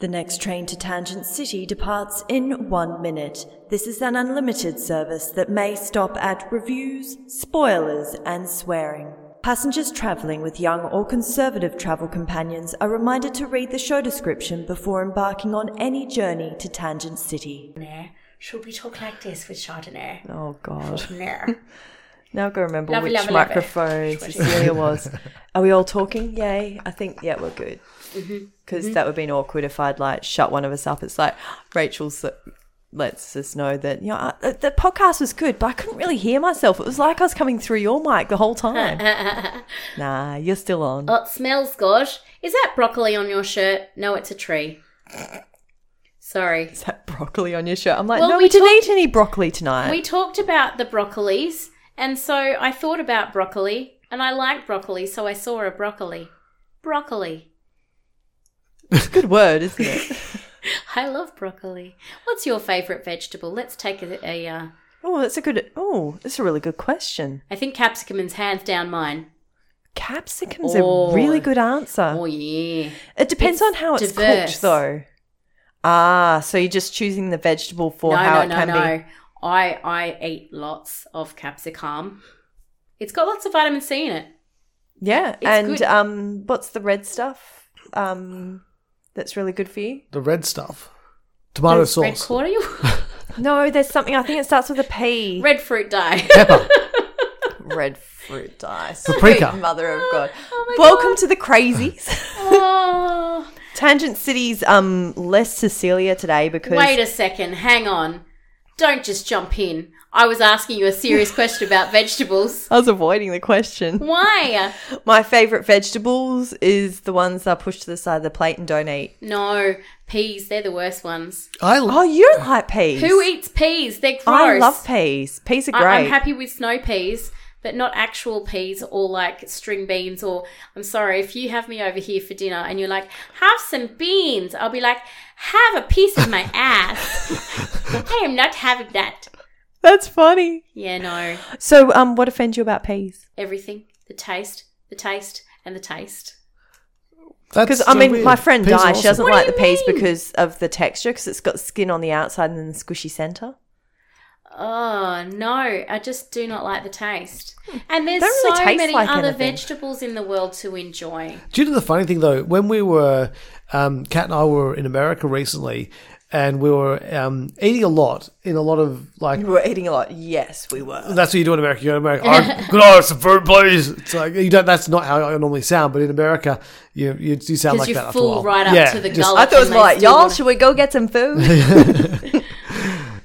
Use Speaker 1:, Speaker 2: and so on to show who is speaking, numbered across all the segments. Speaker 1: The next train to Tangent City departs in one minute. This is an unlimited service that may stop at reviews, spoilers, and swearing. Passengers traveling with young or conservative travel companions are reminded to read the show description before embarking on any journey to Tangent City.
Speaker 2: Chardonnay. Should we talk like this with Chardonnay?
Speaker 1: Oh, God.
Speaker 2: Chardonnay.
Speaker 1: Now I can remember
Speaker 2: Lovely,
Speaker 1: which
Speaker 2: lovely, lovely.
Speaker 1: microphone
Speaker 2: Which one is it?
Speaker 1: Cecilia was. Are we all talking? Yay. I think, yeah, we're good.
Speaker 2: Mm-hmm.
Speaker 1: Because that would have been awkward if I'd like shut one of us up. It's like, Rachel's. Lets us know that you know I, uh, the- the podcast was good, but I couldn't really hear myself. It was like I was coming through your mic the whole time. nah, you're still on.
Speaker 2: oh, it smells good. Is that broccoli on your shirt? No, it's a tree. Sorry.
Speaker 1: Is that broccoli on your shirt? I'm like,
Speaker 2: Well,
Speaker 1: no, we,
Speaker 2: we
Speaker 1: didn't
Speaker 2: talked-
Speaker 1: eat any broccoli tonight.
Speaker 2: We talked about the broccolis, and so I thought about broccoli, and I like broccoli, so I saw a broccoli. Broccoli.
Speaker 1: It's a good word, isn't it?
Speaker 2: I love broccoli. What's your favourite vegetable? Let's take a. a uh,
Speaker 1: oh, that's a good. Oh, that's a really good question.
Speaker 2: I think capsicum is hands down mine.
Speaker 1: Capsicum's
Speaker 2: Oh.
Speaker 1: a really good answer.
Speaker 2: Oh yeah.
Speaker 1: It depends on
Speaker 2: It's
Speaker 1: how it's
Speaker 2: diverse.
Speaker 1: cooked, though. Ah, so you're just choosing the vegetable for
Speaker 2: no,
Speaker 1: how
Speaker 2: no,
Speaker 1: it
Speaker 2: no,
Speaker 1: can
Speaker 2: no.
Speaker 1: be.
Speaker 2: I I eat lots of capsicum. It's got lots of vitamin C in it.
Speaker 1: Yeah,
Speaker 2: It's
Speaker 1: and
Speaker 2: good.
Speaker 1: um, what's the red stuff? Um, that's really good for you.
Speaker 3: The red stuff. Tomato
Speaker 2: Those Red
Speaker 3: sauce.
Speaker 2: cordial.
Speaker 1: No, there's something. I think it starts with a P.
Speaker 2: red fruit dye.
Speaker 3: Pepper.
Speaker 1: red fruit dice.
Speaker 3: Paprika.
Speaker 1: Sweet Mother of God.
Speaker 2: Oh my
Speaker 1: Welcome to the crazies.
Speaker 2: oh.
Speaker 1: Tangent City's um less Cecilia today because
Speaker 2: Wait a second. Hang on. Don't just jump in. I was asking you a serious question about vegetables.
Speaker 1: I was avoiding the question.
Speaker 2: Why?
Speaker 1: My favorite vegetables is the ones that are pushed to the side of the plate and don't eat.
Speaker 2: No, peas. They're the worst ones.
Speaker 3: I love
Speaker 1: Oh, you don't like peas.
Speaker 2: Who eats peas? They're gross.
Speaker 1: I love peas. Peas are great.
Speaker 2: I- I'm happy with snow peas, but not actual peas or like string beans. Or I'm sorry if you have me over here for dinner and you're like, have some beans. I'll be like, have a piece of my ass. I am not having that.
Speaker 1: That's funny.
Speaker 2: Yeah, no.
Speaker 1: So, um, what offends you about peas?
Speaker 2: Everything, the taste, the taste, and the taste.
Speaker 1: Because I mean, my friend Di, she doesn't
Speaker 2: What do
Speaker 1: like the
Speaker 2: you
Speaker 1: peas
Speaker 2: mean?
Speaker 1: because of the texture, because it's got skin on the outside and then the squishy center.
Speaker 2: Oh no, I just do not like the taste. And there's
Speaker 1: Hmm. Don't really
Speaker 2: so
Speaker 1: taste
Speaker 2: many
Speaker 1: like
Speaker 2: other
Speaker 1: anything.
Speaker 2: vegetables in the world to enjoy.
Speaker 3: Do you know the funny thing though? When we were, um, Kat and I were in America recently, and we were um, eating a lot in a lot of like.
Speaker 1: We were eating a lot. Yes, we were.
Speaker 3: That's what you do in America. You go to America. Oh, could I have some food, please? It's like you don't. That's not how I normally sound, but in America, you you, you sound
Speaker 2: 'Cause
Speaker 3: like
Speaker 2: you're
Speaker 3: that.
Speaker 2: full
Speaker 3: after a while.
Speaker 2: right up
Speaker 3: yeah,
Speaker 2: to the
Speaker 3: just-
Speaker 2: gullet.
Speaker 1: I thought it was
Speaker 2: And they
Speaker 1: more like,
Speaker 2: still
Speaker 1: y'all,
Speaker 2: wanna-
Speaker 1: should we go get some food?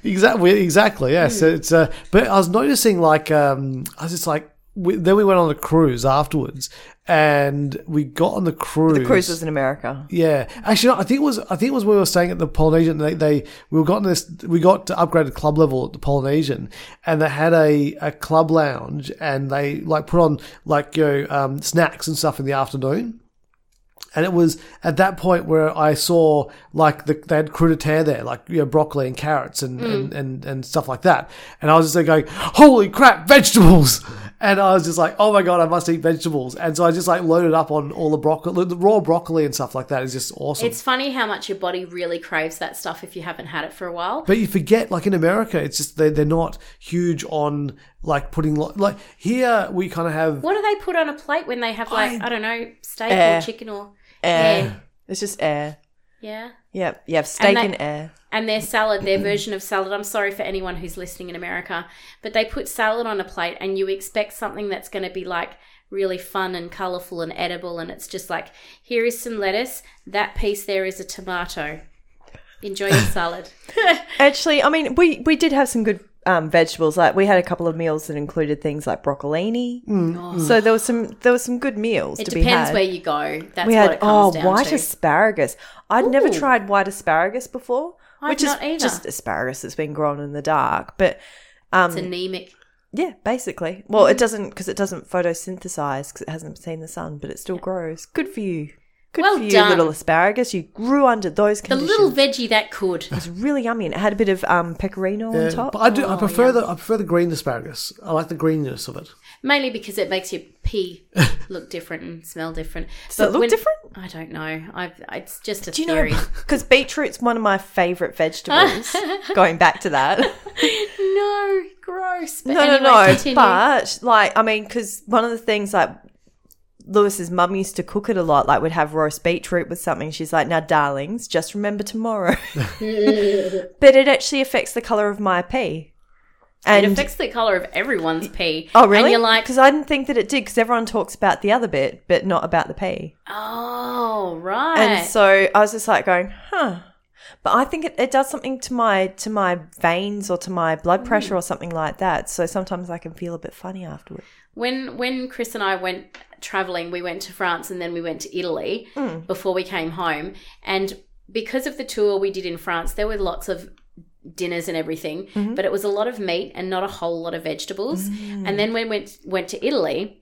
Speaker 3: Exactly, exactly. Yeah. So it's uh, but I was noticing like um, I was just like we, then we went on a cruise afterwards, and we got on the cruise.
Speaker 1: the cruise was in America.
Speaker 3: Yeah, actually, no, I think it was I think it was where we were staying at the Polynesian. They, they we got in this we got to upgraded club level at the Polynesian, and they had a, a club lounge, and they like put on like you know um, snacks and stuff in the afternoon. And it was at that point where I saw like the, they had crudité there, like you know broccoli and carrots
Speaker 1: Hmm.
Speaker 3: and, and, and, and stuff like that. And I was just like going, "Holy crap, vegetables!" And I was just like, "Oh my god, I must eat vegetables!" And so I just like loaded up on all the broccoli, the raw broccoli and stuff like that is just awesome.
Speaker 2: It's funny how much your body really craves that stuff if you haven't had it for a while.
Speaker 3: But you forget, like in America, it's just they they're not huge on like putting lo- like here we kind of have
Speaker 2: What do they put on a plate when they have like I, don't know steak
Speaker 1: Air.
Speaker 2: or chicken or
Speaker 1: Air.
Speaker 2: Yeah.
Speaker 1: It's just air.
Speaker 2: yeah
Speaker 1: Yeah, you have steak and,
Speaker 2: they-
Speaker 1: air.
Speaker 2: and their salad
Speaker 1: Mm-hmm.
Speaker 2: their version of salad I'm sorry for anyone who's listening in America but they put salad on a plate and you expect something that's going to be like really fun and colorful and edible and it's just like here is some lettuce that piece there is a tomato enjoy your salad
Speaker 1: Actually, I mean, we we did have some good um, vegetables. Like we had a couple of meals that included things like broccolini. So there was some there was some good meals
Speaker 2: Oh. it
Speaker 1: to be
Speaker 2: depends
Speaker 1: had.
Speaker 2: where you go that's
Speaker 1: we
Speaker 2: what
Speaker 1: had
Speaker 2: it
Speaker 1: oh
Speaker 2: comes down
Speaker 1: white
Speaker 2: to
Speaker 1: asparagus. I'd never
Speaker 2: Ooh.
Speaker 1: tried white asparagus before,
Speaker 2: I've
Speaker 1: which
Speaker 2: not
Speaker 1: is
Speaker 2: either.
Speaker 1: just asparagus that's been grown in the dark. But um,
Speaker 2: it's anemic
Speaker 1: yeah, basically,
Speaker 2: Mm-hmm.
Speaker 1: well, it doesn't because it doesn't photosynthesize because it hasn't seen the sun, but it still grows. Good for you. Good
Speaker 2: Well
Speaker 1: for you,
Speaker 2: done.
Speaker 1: little asparagus. You grew under those
Speaker 2: The
Speaker 1: conditions.
Speaker 2: little veggie that could.
Speaker 1: It was really yummy, and it had a bit of um, pecorino on top.
Speaker 3: But I do. I
Speaker 2: Oh,
Speaker 3: prefer
Speaker 2: yeah.
Speaker 3: the I prefer the green asparagus. I like the greenness of it.
Speaker 2: Mainly because it makes your pee look different and smell different. Does
Speaker 1: it look different?
Speaker 2: I don't know. I've, it's just a
Speaker 1: do you
Speaker 2: theory.
Speaker 1: know? Because beetroot's one of my favorite vegetables. going back to that.
Speaker 2: no, gross. But
Speaker 1: no,
Speaker 2: anyway,
Speaker 1: no, no.
Speaker 2: continue.
Speaker 1: But like, I mean, because one of the things like Lewis's mum used to cook it a lot. Like, would have roast beetroot with something. She's like, "Now, darlings, just remember tomorrow." but it actually affects the color of my pee. And
Speaker 2: it affects the color of everyone's pee.
Speaker 1: oh, really?
Speaker 2: And you're like,
Speaker 1: because I didn't think that it did. Because everyone talks about the other bit, but not about the pee.
Speaker 2: oh, right.
Speaker 1: And so I was just like going, huh. But I think it, it does something to my to my veins or to my blood
Speaker 2: Mm.
Speaker 1: pressure or something like that. So sometimes I can feel a bit funny afterward.
Speaker 2: when when Chris and I went traveling, we went to France and then we went to Italy before we came home. And because of the tour we did in France, there were lots of dinners and everything, but it was a lot of meat and not a whole lot of vegetables. And then when we went went to Italy,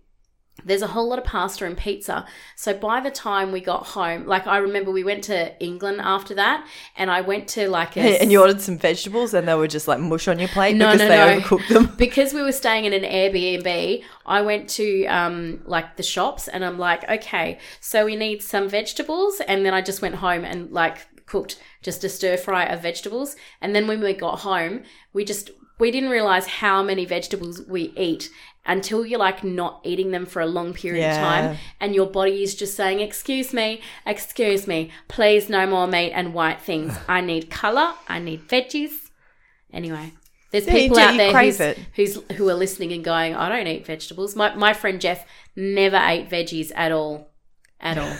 Speaker 2: there's a whole lot of pasta and pizza. So by the time we got home, like I remember we went to England after that and I went to like a
Speaker 1: And you ordered some vegetables and they were just like mush on your plate
Speaker 2: No,
Speaker 1: because
Speaker 2: no,
Speaker 1: they
Speaker 2: no.
Speaker 1: overcooked them.
Speaker 2: because we were staying in an Airbnb, I went to um, like the shops and I'm like, okay, so we need some vegetables. And then I just went home and like cooked just a stir fry of vegetables. And then when we got home, we just, we didn't realize how many vegetables we eat until you're like not eating them for a long period of
Speaker 1: Yeah.
Speaker 2: time and your body is just saying excuse me excuse me please no more meat and white things i need color i need veggies anyway there's
Speaker 1: Yeah, you
Speaker 2: people
Speaker 1: do,
Speaker 2: out
Speaker 1: you
Speaker 2: there
Speaker 1: crave
Speaker 2: who's,
Speaker 1: it.
Speaker 2: who's who are listening and going, I don't eat vegetables. My my friend Jeff never ate veggies at all. At all.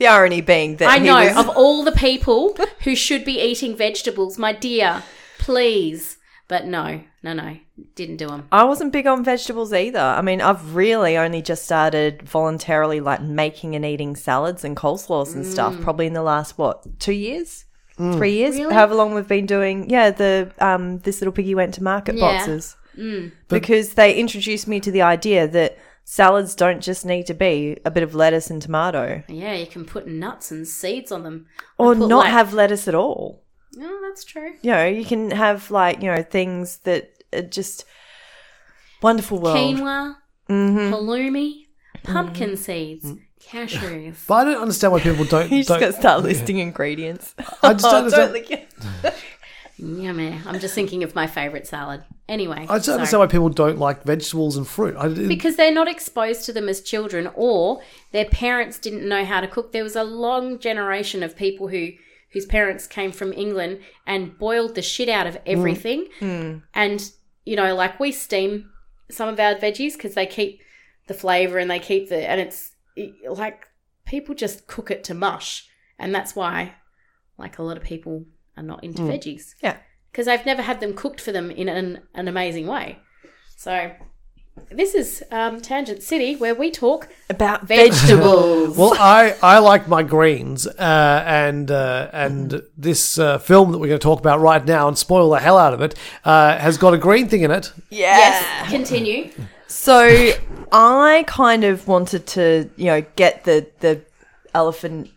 Speaker 1: The irony being that
Speaker 2: I
Speaker 1: he
Speaker 2: know
Speaker 1: was-
Speaker 2: of all the people who should be eating vegetables, my dear, please. But no, no, no, didn't do them.
Speaker 1: I wasn't big on vegetables either. I mean, I've really only just started voluntarily like making and eating salads and coleslaws and stuff probably in the last what, 2 years? 3 years?
Speaker 2: Mm. Really?
Speaker 1: However long we've been doing. Yeah, the um this little piggy went to market
Speaker 2: Yeah. Mm.
Speaker 1: boxes. because they introduced me to the idea that salads don't just need to be a bit of lettuce and tomato
Speaker 2: Yeah, you can put nuts and seeds on them, I
Speaker 1: or
Speaker 2: put,
Speaker 1: not
Speaker 2: like-
Speaker 1: have lettuce at all.
Speaker 2: No, that's true.
Speaker 1: you know, you can have like, you know, things that are just wonderful world. Mm-hmm. Mm.
Speaker 2: Quinoa, halloumi, pumpkin seeds, cashews.
Speaker 3: But I don't understand why people don't.
Speaker 1: You just
Speaker 3: don't
Speaker 1: got to start listing ingredients.
Speaker 3: I just don't understand-
Speaker 1: lick it.
Speaker 2: Yummy. I'm just thinking of my favorite salad. Anyway,
Speaker 3: I just don't
Speaker 2: sorry.
Speaker 3: understand why people don't like vegetables and fruit. I didn't,
Speaker 2: because they're not exposed to them as children or their parents didn't know how to cook there was a long generation of people who whose parents came from England and boiled the shit out of everything and you know like we steam some of our veggies cuz they keep the flavor and they keep the and it's it- like people just cook it to mush and that's why like a lot of people are not into veggies
Speaker 1: Yeah.
Speaker 2: because I've never had them cooked for them in an, an amazing way. So this is um, Tangent City where we talk
Speaker 1: About
Speaker 2: vegetables.
Speaker 3: Well, I, I like my greens, uh, and uh, and this uh, film that we're going to talk about right now and spoil the hell out of it uh, has got a green thing in it.
Speaker 1: yeah.
Speaker 2: yes, continue.
Speaker 1: So I kind of wanted to, you know, get the, the elephant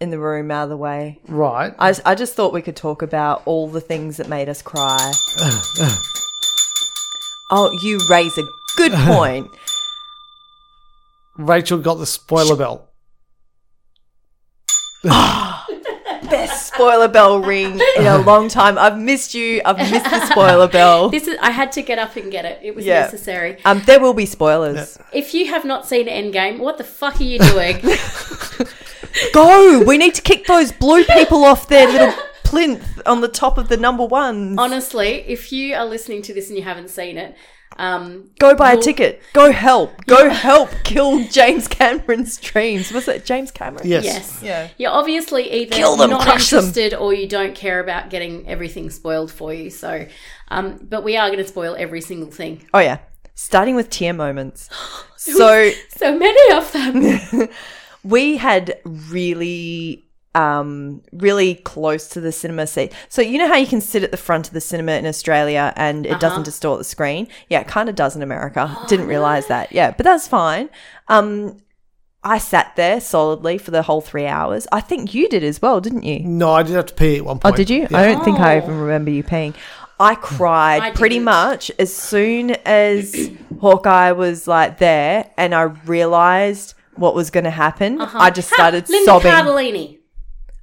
Speaker 1: in the room out of the way.
Speaker 3: Right.
Speaker 1: I, I just thought we could talk about all the things that made us cry. oh, you raise a good point.
Speaker 3: Rachel got the spoiler bell.
Speaker 1: Best spoiler bell ring in a long time. I've missed you. I've missed the spoiler bell.
Speaker 2: This is I had to get up and get it. It was
Speaker 1: Yeah.
Speaker 2: necessary.
Speaker 1: Um, there will be spoilers.
Speaker 2: If you have not seen Endgame, what the fuck are you doing?
Speaker 1: Go! We need to kick those blue people off their little plinth on the top of the number one.
Speaker 2: Honestly, if you are listening to this and you haven't seen it, um,
Speaker 1: Go buy a
Speaker 2: you'll-
Speaker 1: ticket. Go help. Go help kill James Cameron's dreams. Was it James Cameron?
Speaker 3: Yes.
Speaker 2: Yes.
Speaker 1: Yeah.
Speaker 2: You're obviously either
Speaker 1: Kill them,
Speaker 2: not
Speaker 1: crush them.
Speaker 2: interested or you don't care about getting everything spoiled for you. So, um, but we are going to spoil every single thing.
Speaker 1: Oh yeah. Starting with tear moments. So
Speaker 2: So many of them.
Speaker 1: we had really um really close to the cinema seat. So you know how you can sit at the front of the cinema in Australia and it doesn't distort the screen? Yeah, it kind of does in America. Didn't realize that. Yeah, but that's fine. Um I sat there solidly for the whole three hours. I think you did as well, didn't you?
Speaker 3: No, I did have to pee at one
Speaker 1: Oh,
Speaker 3: point.
Speaker 1: did you?
Speaker 3: Yeah.
Speaker 1: I don't think I
Speaker 2: Oh.
Speaker 1: even remember you peeing. I cried
Speaker 2: I
Speaker 1: pretty
Speaker 2: didn't.
Speaker 1: much as soon as Hawkeye was like there and I realized what was going to happen. I just started
Speaker 2: Uh-huh. Linda
Speaker 1: sobbing. Oh.
Speaker 2: Cardellini.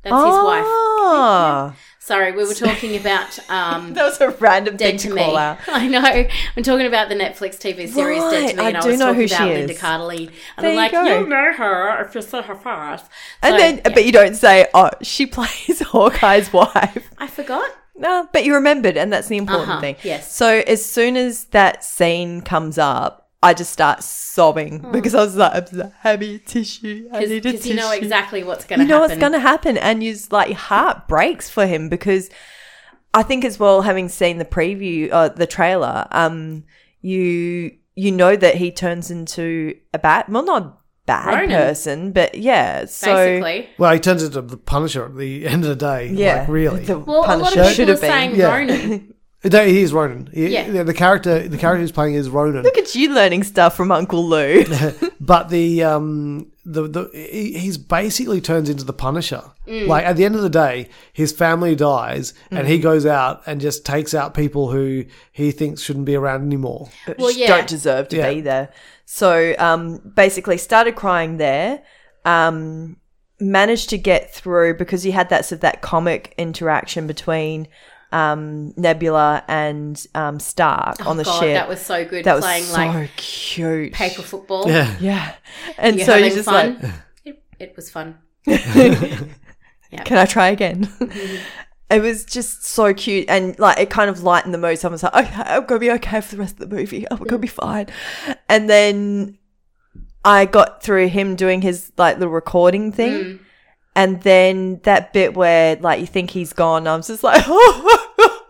Speaker 2: That's his wife.
Speaker 1: Ah.
Speaker 2: Sorry, we were talking about um,
Speaker 1: That was a random
Speaker 2: Dead
Speaker 1: thing
Speaker 2: to
Speaker 1: to
Speaker 2: Me.
Speaker 1: call out.
Speaker 2: I know. I'm talking about the Netflix TV series Dead
Speaker 1: Right,
Speaker 2: to Me,
Speaker 1: I
Speaker 2: and I,
Speaker 1: do
Speaker 2: was
Speaker 1: know
Speaker 2: talking
Speaker 1: who
Speaker 2: about
Speaker 1: she is.
Speaker 2: Linda Cardellini, and
Speaker 1: There
Speaker 2: I'm
Speaker 1: you
Speaker 2: like,
Speaker 1: go.
Speaker 2: you'll know her if you saw her first.
Speaker 1: And
Speaker 2: So,
Speaker 1: then,
Speaker 2: yeah,
Speaker 1: but you don't say, oh, she plays Hawkeye's wife.
Speaker 2: I forgot.
Speaker 1: No, but you remembered, and that's the important
Speaker 2: Uh-huh,
Speaker 1: thing.
Speaker 2: yes.
Speaker 1: So as soon as that scene comes up, I just start sobbing because I was like, I'm so happy tissue. I need a
Speaker 2: Because
Speaker 1: tissue.
Speaker 2: Mm. you know exactly what's going to
Speaker 1: You know
Speaker 2: happen.
Speaker 1: what's going to happen, and you like your heart breaks for him because I think as well, having seen the preview, uh, the trailer, um, you you know that he turns into a bat. Well, not a bad
Speaker 2: Ronan.
Speaker 1: person, but yeah. So
Speaker 2: basically.
Speaker 3: Well, he turns into the Punisher at the end of the day.
Speaker 1: yeah,
Speaker 3: like, really.
Speaker 1: the
Speaker 2: Well, a
Speaker 1: Punisher
Speaker 2: lot of
Speaker 1: should
Speaker 2: people are
Speaker 1: have been.
Speaker 2: saying
Speaker 3: Yeah.
Speaker 2: Ronan.
Speaker 3: No, he is Ronan. He-
Speaker 2: Yeah.
Speaker 3: yeah, the character, the character he's playing is Ronan.
Speaker 1: Look at you learning stuff from Uncle Lou.
Speaker 3: But the um the the he- he's basically turns into the Punisher.
Speaker 2: Mm.
Speaker 3: Like at the end of the day, his family dies, and he goes out and just takes out people who he thinks shouldn't be around anymore.
Speaker 2: Well,
Speaker 1: just
Speaker 2: yeah.
Speaker 1: don't deserve to
Speaker 3: Yeah.
Speaker 1: be there. So um, basically, started crying there. Um, managed to get through because you had that sort of that comic interaction between um, Nebula and um, Stark on the
Speaker 2: Oh God,
Speaker 1: ship.
Speaker 2: that was so good.
Speaker 1: That was
Speaker 2: playing
Speaker 1: so
Speaker 2: like
Speaker 1: cute.
Speaker 2: paper football.
Speaker 3: Yeah,
Speaker 1: Yeah, and
Speaker 2: You're
Speaker 1: so
Speaker 2: having
Speaker 1: you're just
Speaker 2: fun.
Speaker 1: like,
Speaker 2: it, it was fun.
Speaker 1: can I try again? It was just so cute and like it kind of lightened the mood. Someone's like, okay, I'm gonna be okay for the rest of the movie. I'm gonna be fine. And then I got through him doing his like the recording thing. And then that bit where like you think he's gone, I was just like, oh,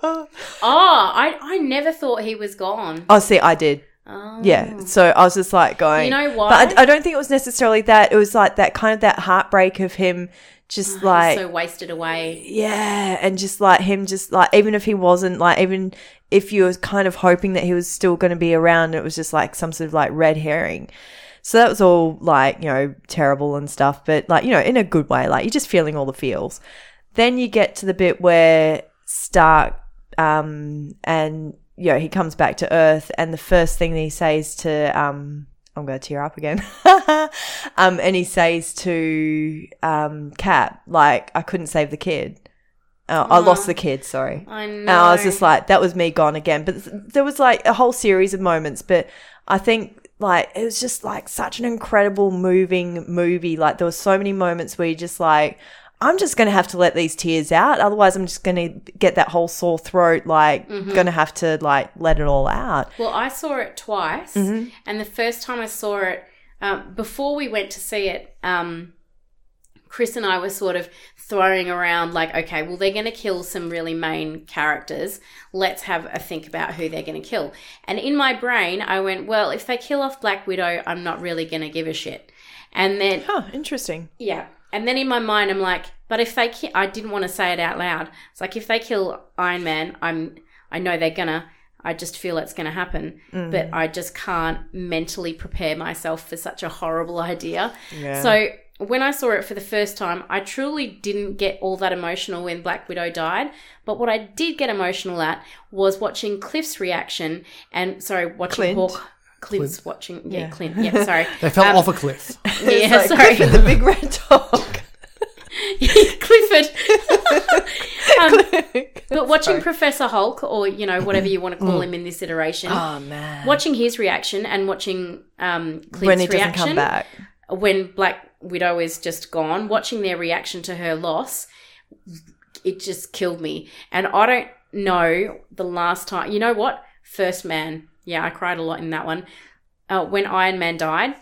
Speaker 2: Oh, I, I never thought he was gone.
Speaker 1: see, I did.
Speaker 2: Oh.
Speaker 1: Yeah. So I was just like going.
Speaker 2: You know why?
Speaker 1: But I, I don't think it was necessarily that. It was like that kind of that heartbreak of him just like
Speaker 2: so wasted away.
Speaker 1: Yeah, and just like him, just like even if he wasn't, like even if you were kind of hoping that he was still going to be around, it was just like some sort of like red herring. So that was all like you know terrible and stuff, but like you know in a good way, like you're just feeling all the feels. Then you get to the bit where Stark, um, and you know he comes back to Earth, and the first thing that he says to, um, I'm going to tear up again, um, and he says to um Cap, like I couldn't save the kid, uh, I lost the kid, sorry.
Speaker 2: I know.
Speaker 1: And I was just like, that was me gone again. But th- there was like a whole series of moments. But I think like it was just like such an incredible, moving movie. Like there were so many moments where you just like, I'm just going to have to let these tears out. Otherwise, I'm just going to get that whole sore throat. Like,
Speaker 2: Mm-hmm.
Speaker 1: going to have to like let it all out.
Speaker 2: Well, I saw it twice,
Speaker 1: Mm-hmm.
Speaker 2: and the first time I saw it, um, before we went to see it, um, Chris and I were sort of throwing around like, okay, well, they're going to kill some really main characters. Let's have a think about who they're going to kill. And in my brain, I went, well, if they kill off Black Widow, I'm not really going to give a shit. And then
Speaker 1: Huh, interesting.
Speaker 2: Yeah. And then in my mind, I'm like, but if they ki- I didn't want to say it out loud. It's like, if they kill Iron Man, I'm, I know they're gonna, I just feel it's gonna happen. But I just can't mentally prepare myself for such a horrible idea. So when I saw it for the first time, I truly didn't get all that emotional when Black Widow died. But what I did get emotional at was watching Cliff's reaction and, sorry, watching
Speaker 1: Clint.
Speaker 2: Hawk. Clint's watching, yeah, Clint. Yeah, sorry.
Speaker 3: they fell
Speaker 2: Um,
Speaker 3: off a cliff.
Speaker 2: Yeah,
Speaker 1: Like,
Speaker 2: sorry.
Speaker 1: Clifford the big red dog.
Speaker 2: Clifford. um, but watching Professor Hulk, or you know whatever you want to
Speaker 1: Mm.
Speaker 2: call him in this iteration,
Speaker 1: oh man.
Speaker 2: watching his reaction and watching um, Cliff's
Speaker 1: When he doesn't
Speaker 2: reaction
Speaker 1: come back.
Speaker 2: when Black Widow is just gone, watching their reaction to her loss, it just killed me. And I don't know the last time. You know what? First Man. Yeah, I cried a lot in that one. Uh, when Iron Man died,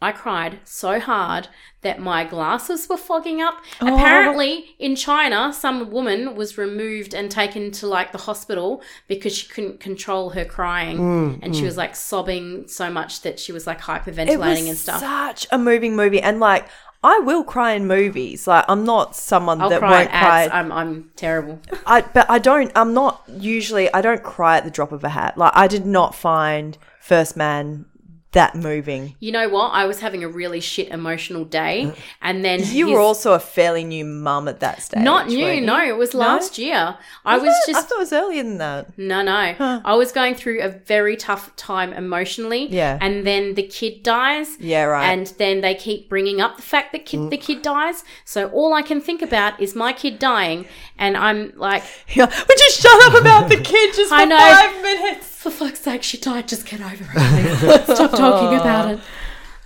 Speaker 2: I cried so hard that my glasses were fogging up. Apparently, in China, some woman was removed and taken to like the hospital because she couldn't control her crying, and she was like sobbing so much that she was like hyperventilating
Speaker 1: it was
Speaker 2: and stuff.
Speaker 1: Such a moving movie, and like I will cry in movies. Like I'm not someone
Speaker 2: I'll
Speaker 1: that
Speaker 2: cry
Speaker 1: won't
Speaker 2: at ads.
Speaker 1: cry.
Speaker 2: I'm, I'm terrible.
Speaker 1: I, but I don't. I'm not usually. I don't cry at the drop of a hat. Like I did not find First Man that moving.
Speaker 2: You know what? I was having a really shit emotional day, and then
Speaker 1: You
Speaker 2: his-
Speaker 1: were also a fairly new mum at that stage.
Speaker 2: not new.
Speaker 1: weren't you?
Speaker 2: No, it was last year. I was
Speaker 1: it?
Speaker 2: just
Speaker 1: I thought it was earlier than that.
Speaker 2: No, no. I was going through a very tough time emotionally.
Speaker 1: Yeah.
Speaker 2: And then the kid dies.
Speaker 1: Yeah, right.
Speaker 2: And then they keep bringing up the fact that kid, the kid dies. So all I can think about is my kid dying. And I'm like,
Speaker 1: Yeah, would you shut up about the kid just for
Speaker 2: I know.
Speaker 1: five minutes?
Speaker 2: for fuck's sake, she died. Just get over it. please. Stop talking about it.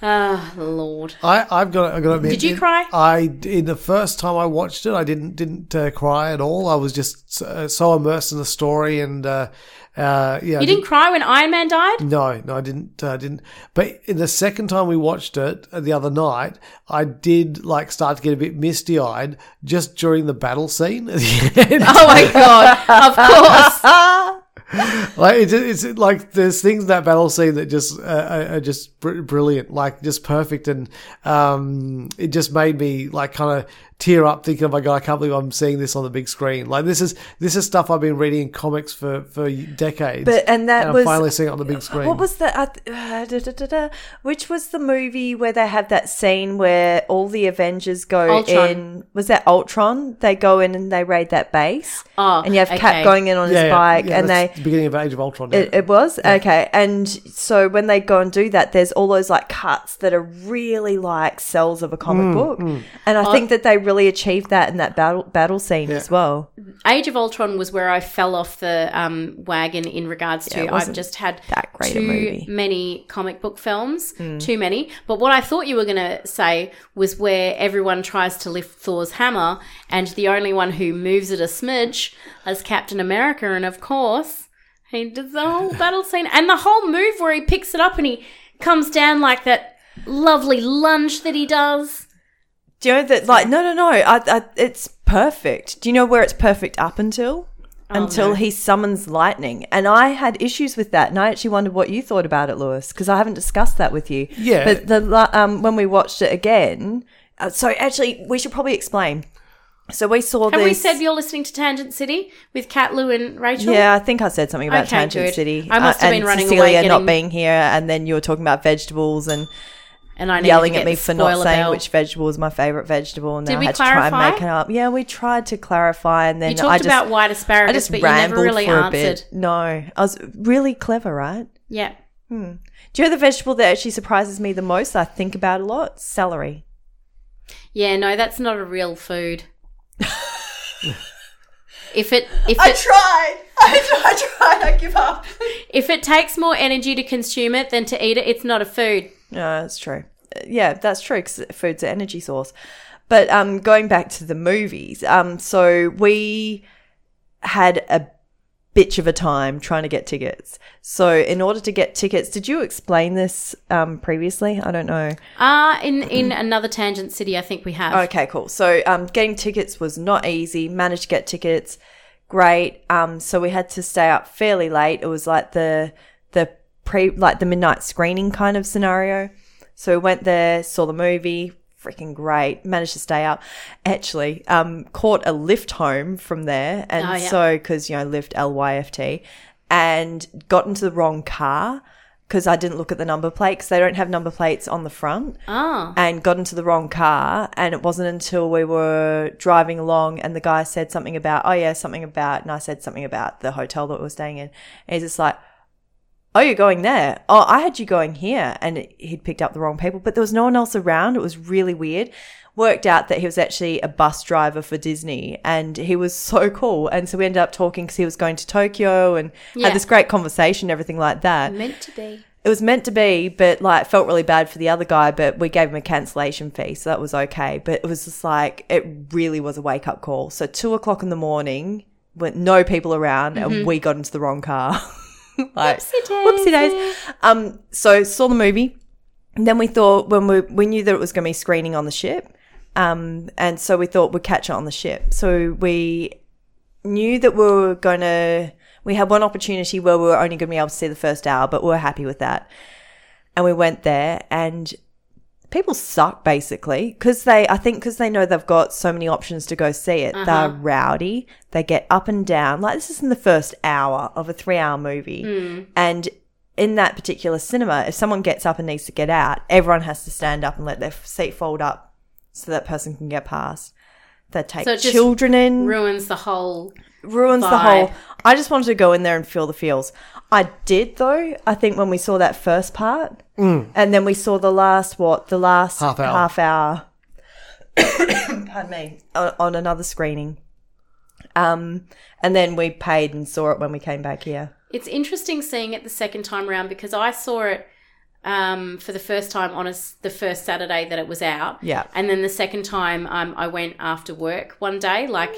Speaker 2: Ah, Lord.
Speaker 3: I, I've got. I've got to admit,
Speaker 2: Did you cry?
Speaker 3: I in the first time I watched it, I didn't didn't uh, cry at all. I was just so, so immersed in the story, and uh, uh, yeah, I
Speaker 2: You didn't cry when Iron Man died?
Speaker 3: No, no, I didn't. uh, I didn't. But in the second time we watched it uh, the other night, I did like start to get a bit misty eyed just during the battle scene. At the end.
Speaker 2: Oh my God. Of course.
Speaker 1: Ah,
Speaker 3: like it's, it's like there's things in that battle scene that just uh, are are just br- brilliant, like just perfect, and um, it just made me like kind of tear up thinking, oh my god, I can't believe I'm seeing this on the big screen. Like this is this is stuff I've been reading in comics for for decades,
Speaker 1: But- and that
Speaker 3: I'm
Speaker 1: was-
Speaker 3: finally seeing it on the big screen.
Speaker 1: what was the uh, uh, da, da, da, da, which was the movie where they have that scene where all the Avengers go
Speaker 2: Ultron.
Speaker 1: in? Was that Ultron? They go in and they raid that base,
Speaker 2: Oh,
Speaker 1: and you have
Speaker 2: okay.
Speaker 1: Cap going in on
Speaker 3: Yeah,
Speaker 1: his
Speaker 3: yeah,
Speaker 1: bike,
Speaker 3: yeah,
Speaker 1: and
Speaker 3: that's
Speaker 1: they
Speaker 3: the beginning of Age of Ultron. yeah.
Speaker 1: It, it was okay, and so when they go and do that, there's all those like cuts that are really like cells of a comic
Speaker 3: Mm,
Speaker 1: book, and I
Speaker 2: Oh.
Speaker 1: think that they really achieved that in that battle battle scene as well.
Speaker 2: Age of Ultron was where I fell off the um, wagon in regards to I've just had
Speaker 1: that great a
Speaker 2: too
Speaker 1: movie. Mm.
Speaker 2: many comic book films, too many. But what I thought you were going to say was where everyone tries to lift Thor's hammer, and the only one who moves it a smidge is Captain America, and of course he does the whole battle scene and the whole move where he picks it up and he comes down like that lovely lunge that he does.
Speaker 1: Do you know that? Like, no, no, no, I, I, it's perfect. Do you know where it's perfect up until?
Speaker 2: Oh,
Speaker 1: Until he summons lightning, and I had issues with that, and I actually wondered what you thought about it, Lewis, because I haven't discussed that with you.
Speaker 3: Yeah.
Speaker 1: but the la- um, when we watched it again, uh, so actually we should probably explain. So we saw
Speaker 2: Have
Speaker 1: this.
Speaker 2: we said you're listening to Tangent City with Kat, Lou, and Rachel?
Speaker 1: Yeah, I think I said something about
Speaker 2: Okay,
Speaker 1: Tangent
Speaker 2: good.
Speaker 1: City.
Speaker 2: I must have
Speaker 1: uh,
Speaker 2: been
Speaker 1: and
Speaker 2: running away
Speaker 1: Cecilia not
Speaker 2: getting-
Speaker 1: being here, and then you were talking about vegetables and
Speaker 2: and I needed
Speaker 1: yelling
Speaker 2: to
Speaker 1: at
Speaker 2: get
Speaker 1: me
Speaker 2: the
Speaker 1: for not
Speaker 2: spoiler
Speaker 1: saying
Speaker 2: belt.
Speaker 1: which vegetable was my favorite vegetable, and then
Speaker 2: Did
Speaker 1: I
Speaker 2: we
Speaker 1: had to try
Speaker 2: clarify?
Speaker 1: and make it up. Yeah, we tried to clarify, and then
Speaker 2: You talked
Speaker 1: I just
Speaker 2: about white asparagus,
Speaker 1: I just
Speaker 2: but you
Speaker 1: rambled
Speaker 2: never really
Speaker 1: for a
Speaker 2: answered.
Speaker 1: bit. No, I was really clever, right?
Speaker 2: Yeah.
Speaker 1: Do you know the vegetable that actually surprises me the most? I think about a lot celery.
Speaker 2: Yeah, no, that's not a real food. if it if
Speaker 1: I
Speaker 2: it,
Speaker 1: tried. I tried. I tried. I give up.
Speaker 2: if it takes more energy to consume it than to eat it, it's not a food.
Speaker 1: No, that's true. Uh, Yeah, that's true because food's an energy source. But um, going back to the movies, um, so we had a bitch of a time trying to get tickets. So in order to get tickets, did you explain this um, previously? I don't know.
Speaker 2: Ah, in in another tangent city, I think we have.
Speaker 1: Okay, cool. So um, getting tickets was not easy. Managed to get tickets, great. Um, so we had to stay up fairly late. It was like the the pre like the midnight screening kind of scenario. So we went there, saw the movie, freaking great. Managed to stay up. Actually, um, caught a lift home from there, and
Speaker 2: Oh, yeah.
Speaker 1: so because you know lift L Y F T, and got into the wrong car. Because I didn't look at the number plate, because they don't have number plates on the front
Speaker 2: Ah,
Speaker 1: and got into the wrong car. And it wasn't until we were driving along and the guy said something about, oh, yeah, something about, and I said something about the hotel that we were staying in. And he's just like, oh, you're going there. Oh, I had you going here. And it- he'd picked up the wrong people, but there was no one else around. It was really weird. Worked out that he was actually a bus driver for Disney and he was so cool. And so we ended up talking because he was going to Tokyo and
Speaker 2: Yeah.
Speaker 1: had this great conversation, everything like that
Speaker 2: meant to be.
Speaker 1: it was meant to be, but like felt really bad for the other guy, but we gave him a cancellation fee, so that was okay. But it was just like it really was a wake up call. So two o'clock in the morning, with no people around, and we got into the wrong car. like whoopsie days. Um, so saw the movie. And then we thought when we we knew that it was going to be screening on the ship, um, and so we thought we'd catch it on the ship. So we knew that we were going to. We had one opportunity where we were only going to be able to see the first hour, but we were happy with that. And we went there, and people suck basically because they, I think, because they know they've got so many options to go see
Speaker 2: Uh-huh.
Speaker 1: it. They're rowdy.
Speaker 2: Hmm.
Speaker 1: They get up and down. Like this is in the first hour of a three-hour movie, and in that particular cinema, if someone gets up and needs to get out, everyone has to stand up and let their seat fold up so that person can get past. They take
Speaker 2: So it just
Speaker 1: children in,
Speaker 2: ruins the whole.
Speaker 1: ruins the
Speaker 2: vibe.
Speaker 1: whole. I just wanted to go in there and feel the feels. I did though. I think when we saw that first part, and then we saw the last what the last
Speaker 3: Mm. Half hour.
Speaker 1: half hour. pardon me on, on another screening. Um, and then we paid and saw it when we came back here.
Speaker 2: It's interesting seeing it the second time around because I saw it um, for the first time on a s the first Saturday that it was out.
Speaker 1: Yeah.
Speaker 2: And then the second time um, I went after work one day, like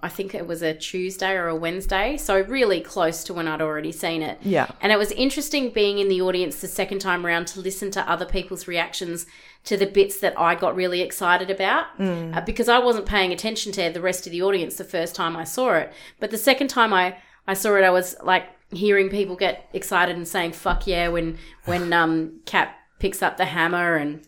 Speaker 2: I think it was a Tuesday or a Wednesday. So really close to when I'd already seen it.
Speaker 1: Yeah.
Speaker 2: And it was interesting being in the audience the second time around to listen to other people's reactions to the bits that I got really excited about uh, because I wasn't paying attention to the rest of the audience the first time I saw it. But the second time I, I saw it, I was like hearing people get excited and saying, fuck yeah, when, when, um, Cap picks up the hammer and,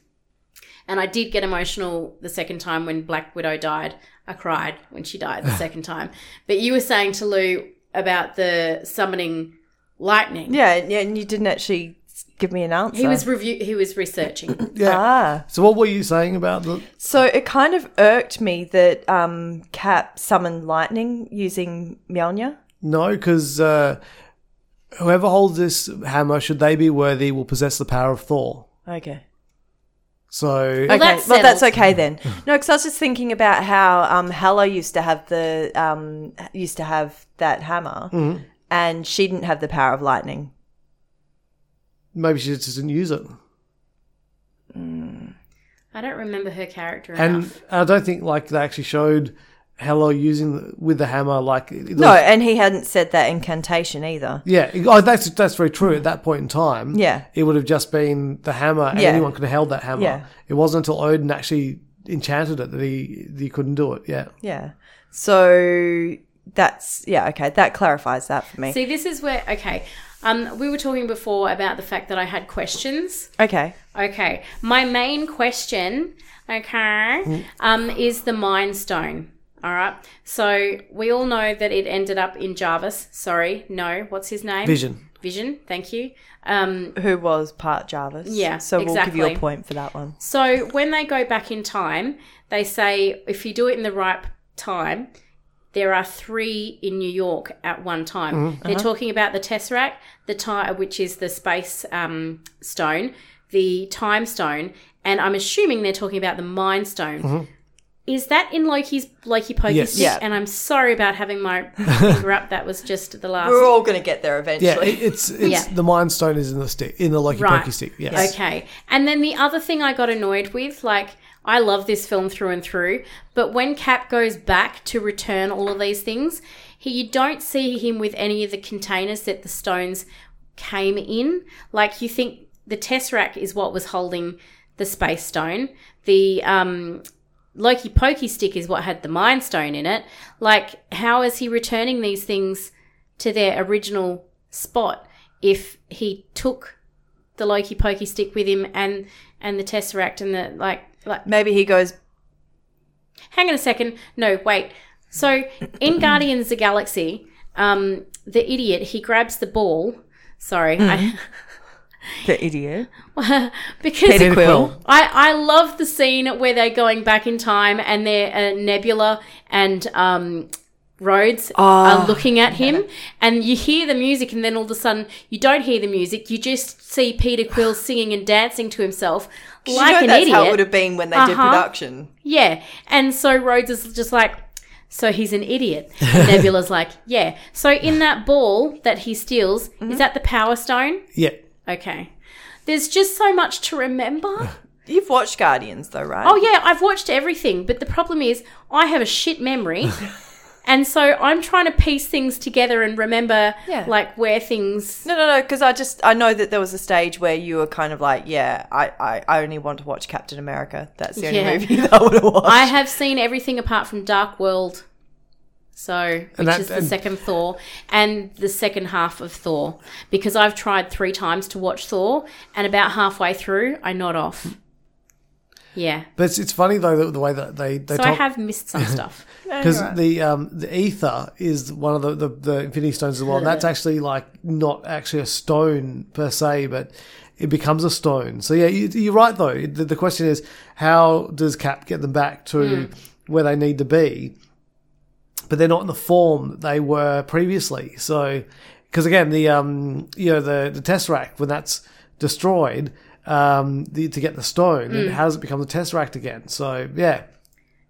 Speaker 2: and I did get emotional the second time when Black Widow died. I cried when she died the second time. But you were saying to Lou about the summoning lightning.
Speaker 1: Yeah, and- yeah, and you didn't actually give me an answer.
Speaker 2: He was review. He was researching.
Speaker 3: Yeah.
Speaker 1: ah.
Speaker 3: So what were you saying about the?
Speaker 1: So it kind of irked me that um, Cap summoned lightning using Mjolnir.
Speaker 3: No, because uh, whoever holds this hammer, should they be worthy, will possess the power of Thor.
Speaker 1: Okay.
Speaker 3: So
Speaker 2: Well,
Speaker 1: Okay,
Speaker 2: that's
Speaker 1: well that's
Speaker 2: settled.
Speaker 1: okay then. No, because I was just thinking about how um, Hela used to have the um, used to have that hammer, and she didn't have the power of lightning.
Speaker 3: maybe she just didn't use it.
Speaker 2: I don't remember her character
Speaker 3: And
Speaker 2: enough.
Speaker 3: I don't think like they actually showed Hello using the, with the hammer. Like it- it
Speaker 1: No,
Speaker 3: was-
Speaker 1: and he hadn't said that incantation either.
Speaker 3: yeah, it- oh, that's that's very true. At that point in time,
Speaker 1: Yeah.
Speaker 3: it would have just been the hammer, and
Speaker 1: Yeah.
Speaker 3: anyone could have held that hammer.
Speaker 1: Yeah.
Speaker 3: It wasn't until Odin actually enchanted it that he that he couldn't do it. Yeah,
Speaker 1: Yeah. So that's yeah okay. That clarifies that for me.
Speaker 2: See, this is where okay. Um, we were talking before about the fact that I had questions.
Speaker 1: okay.
Speaker 2: Okay, my main question,
Speaker 3: Hmm.
Speaker 2: okay, um, is the Mind Stone. All right. So we all know that it ended up in Jarvis. Sorry, no. What's his name?
Speaker 3: Vision.
Speaker 2: Vision. Thank you. Um,
Speaker 1: Who was part Jarvis?
Speaker 2: Yeah,
Speaker 1: So we'll give you
Speaker 2: exactly.
Speaker 1: a point for that one.
Speaker 2: So when they go back in time, they say if you do it in the right time, there are three in New York at one time. They're talking about the Tesseract, the time, which is the space um, stone, the time stone, and I'm assuming they're talking about the Mind Stone. Is that in Loki's Loki Pokey
Speaker 3: Yes.
Speaker 2: stick?
Speaker 1: Yeah.
Speaker 2: And I'm sorry about having my finger up. That was just the last.
Speaker 1: We're all going to get there
Speaker 3: yeah.
Speaker 1: eventually.
Speaker 3: It, it's it's
Speaker 2: Yeah.
Speaker 3: the Mind Stone is in the stick in the Loki
Speaker 2: Right.
Speaker 3: Pokey stick. Yes.
Speaker 2: Okay. And then the other thing I got annoyed with, like, I love this film through and through, but when Cap goes back to return all of these things, he you don't see him with any of the containers that the stones came in. Like you think the Tesseract is what was holding the space stone. The um Loki Pokey stick is what had the Mind Stone in it. Like, how is he returning these things to their original spot if he took the Loki Pokey stick with him and and the Tesseract and the like like
Speaker 1: Maybe he goes
Speaker 2: hang on a second. No, wait. So in Guardians of the Galaxy, um the idiot he grabs the ball. Sorry.
Speaker 1: the idiot.
Speaker 2: I, because
Speaker 1: Peter Quill.
Speaker 2: I, I love the scene where they're going back in time and they're uh, Nebula and um, Rhodes
Speaker 1: Ah.
Speaker 2: are looking at him, and you hear the music, and then all of a sudden you don't hear the music. You just see Peter Quill singing and dancing to himself like
Speaker 1: you know
Speaker 2: an
Speaker 1: that's
Speaker 2: idiot.
Speaker 1: how it would have been when they did
Speaker 2: Uh-huh.
Speaker 1: production.
Speaker 2: Yeah. And so Rhodes is just like, so he's an idiot. And Nebula's like, yeah. So in that ball that he steals,
Speaker 1: Mm-hmm.
Speaker 2: is that the Power Stone?
Speaker 3: Yeah.
Speaker 2: Okay. There's just so much to remember.
Speaker 1: You've watched Guardians though, right?
Speaker 2: Oh yeah, I've watched everything, but the problem is I have a shit memory. and so I'm trying to piece things together and remember
Speaker 1: Yeah.
Speaker 2: like where things
Speaker 1: No, no, no. Because I just I know that there was a stage where you were kind of like, yeah, I, I, I only want to watch Captain America. That's the only
Speaker 2: Yeah.
Speaker 1: movie that I would have watched.
Speaker 2: I have seen everything apart from Dark World. So, which
Speaker 3: that-
Speaker 2: is the
Speaker 3: and-
Speaker 2: second Thor and the second half of Thor, because I've tried three times to watch Thor, and about halfway through, I nod off. Yeah.
Speaker 3: But it's, it's funny though the, the way that they they
Speaker 2: So I
Speaker 3: talk
Speaker 2: have missed some stuff.
Speaker 3: because the um the ether is one of the the, the infinity stones as well. And that's actually like not actually a stone per se, but it becomes a stone. So yeah, you, you're right though. The, the question is how does Cap get them back to
Speaker 1: Hmm.
Speaker 3: where they need to be? But they're not in the form that they were previously. So because again, the um you know the the tesseract when that's destroyed. Um, the, to get the stone, and
Speaker 1: Hmm.
Speaker 3: how does it become the tesseract again? So yeah,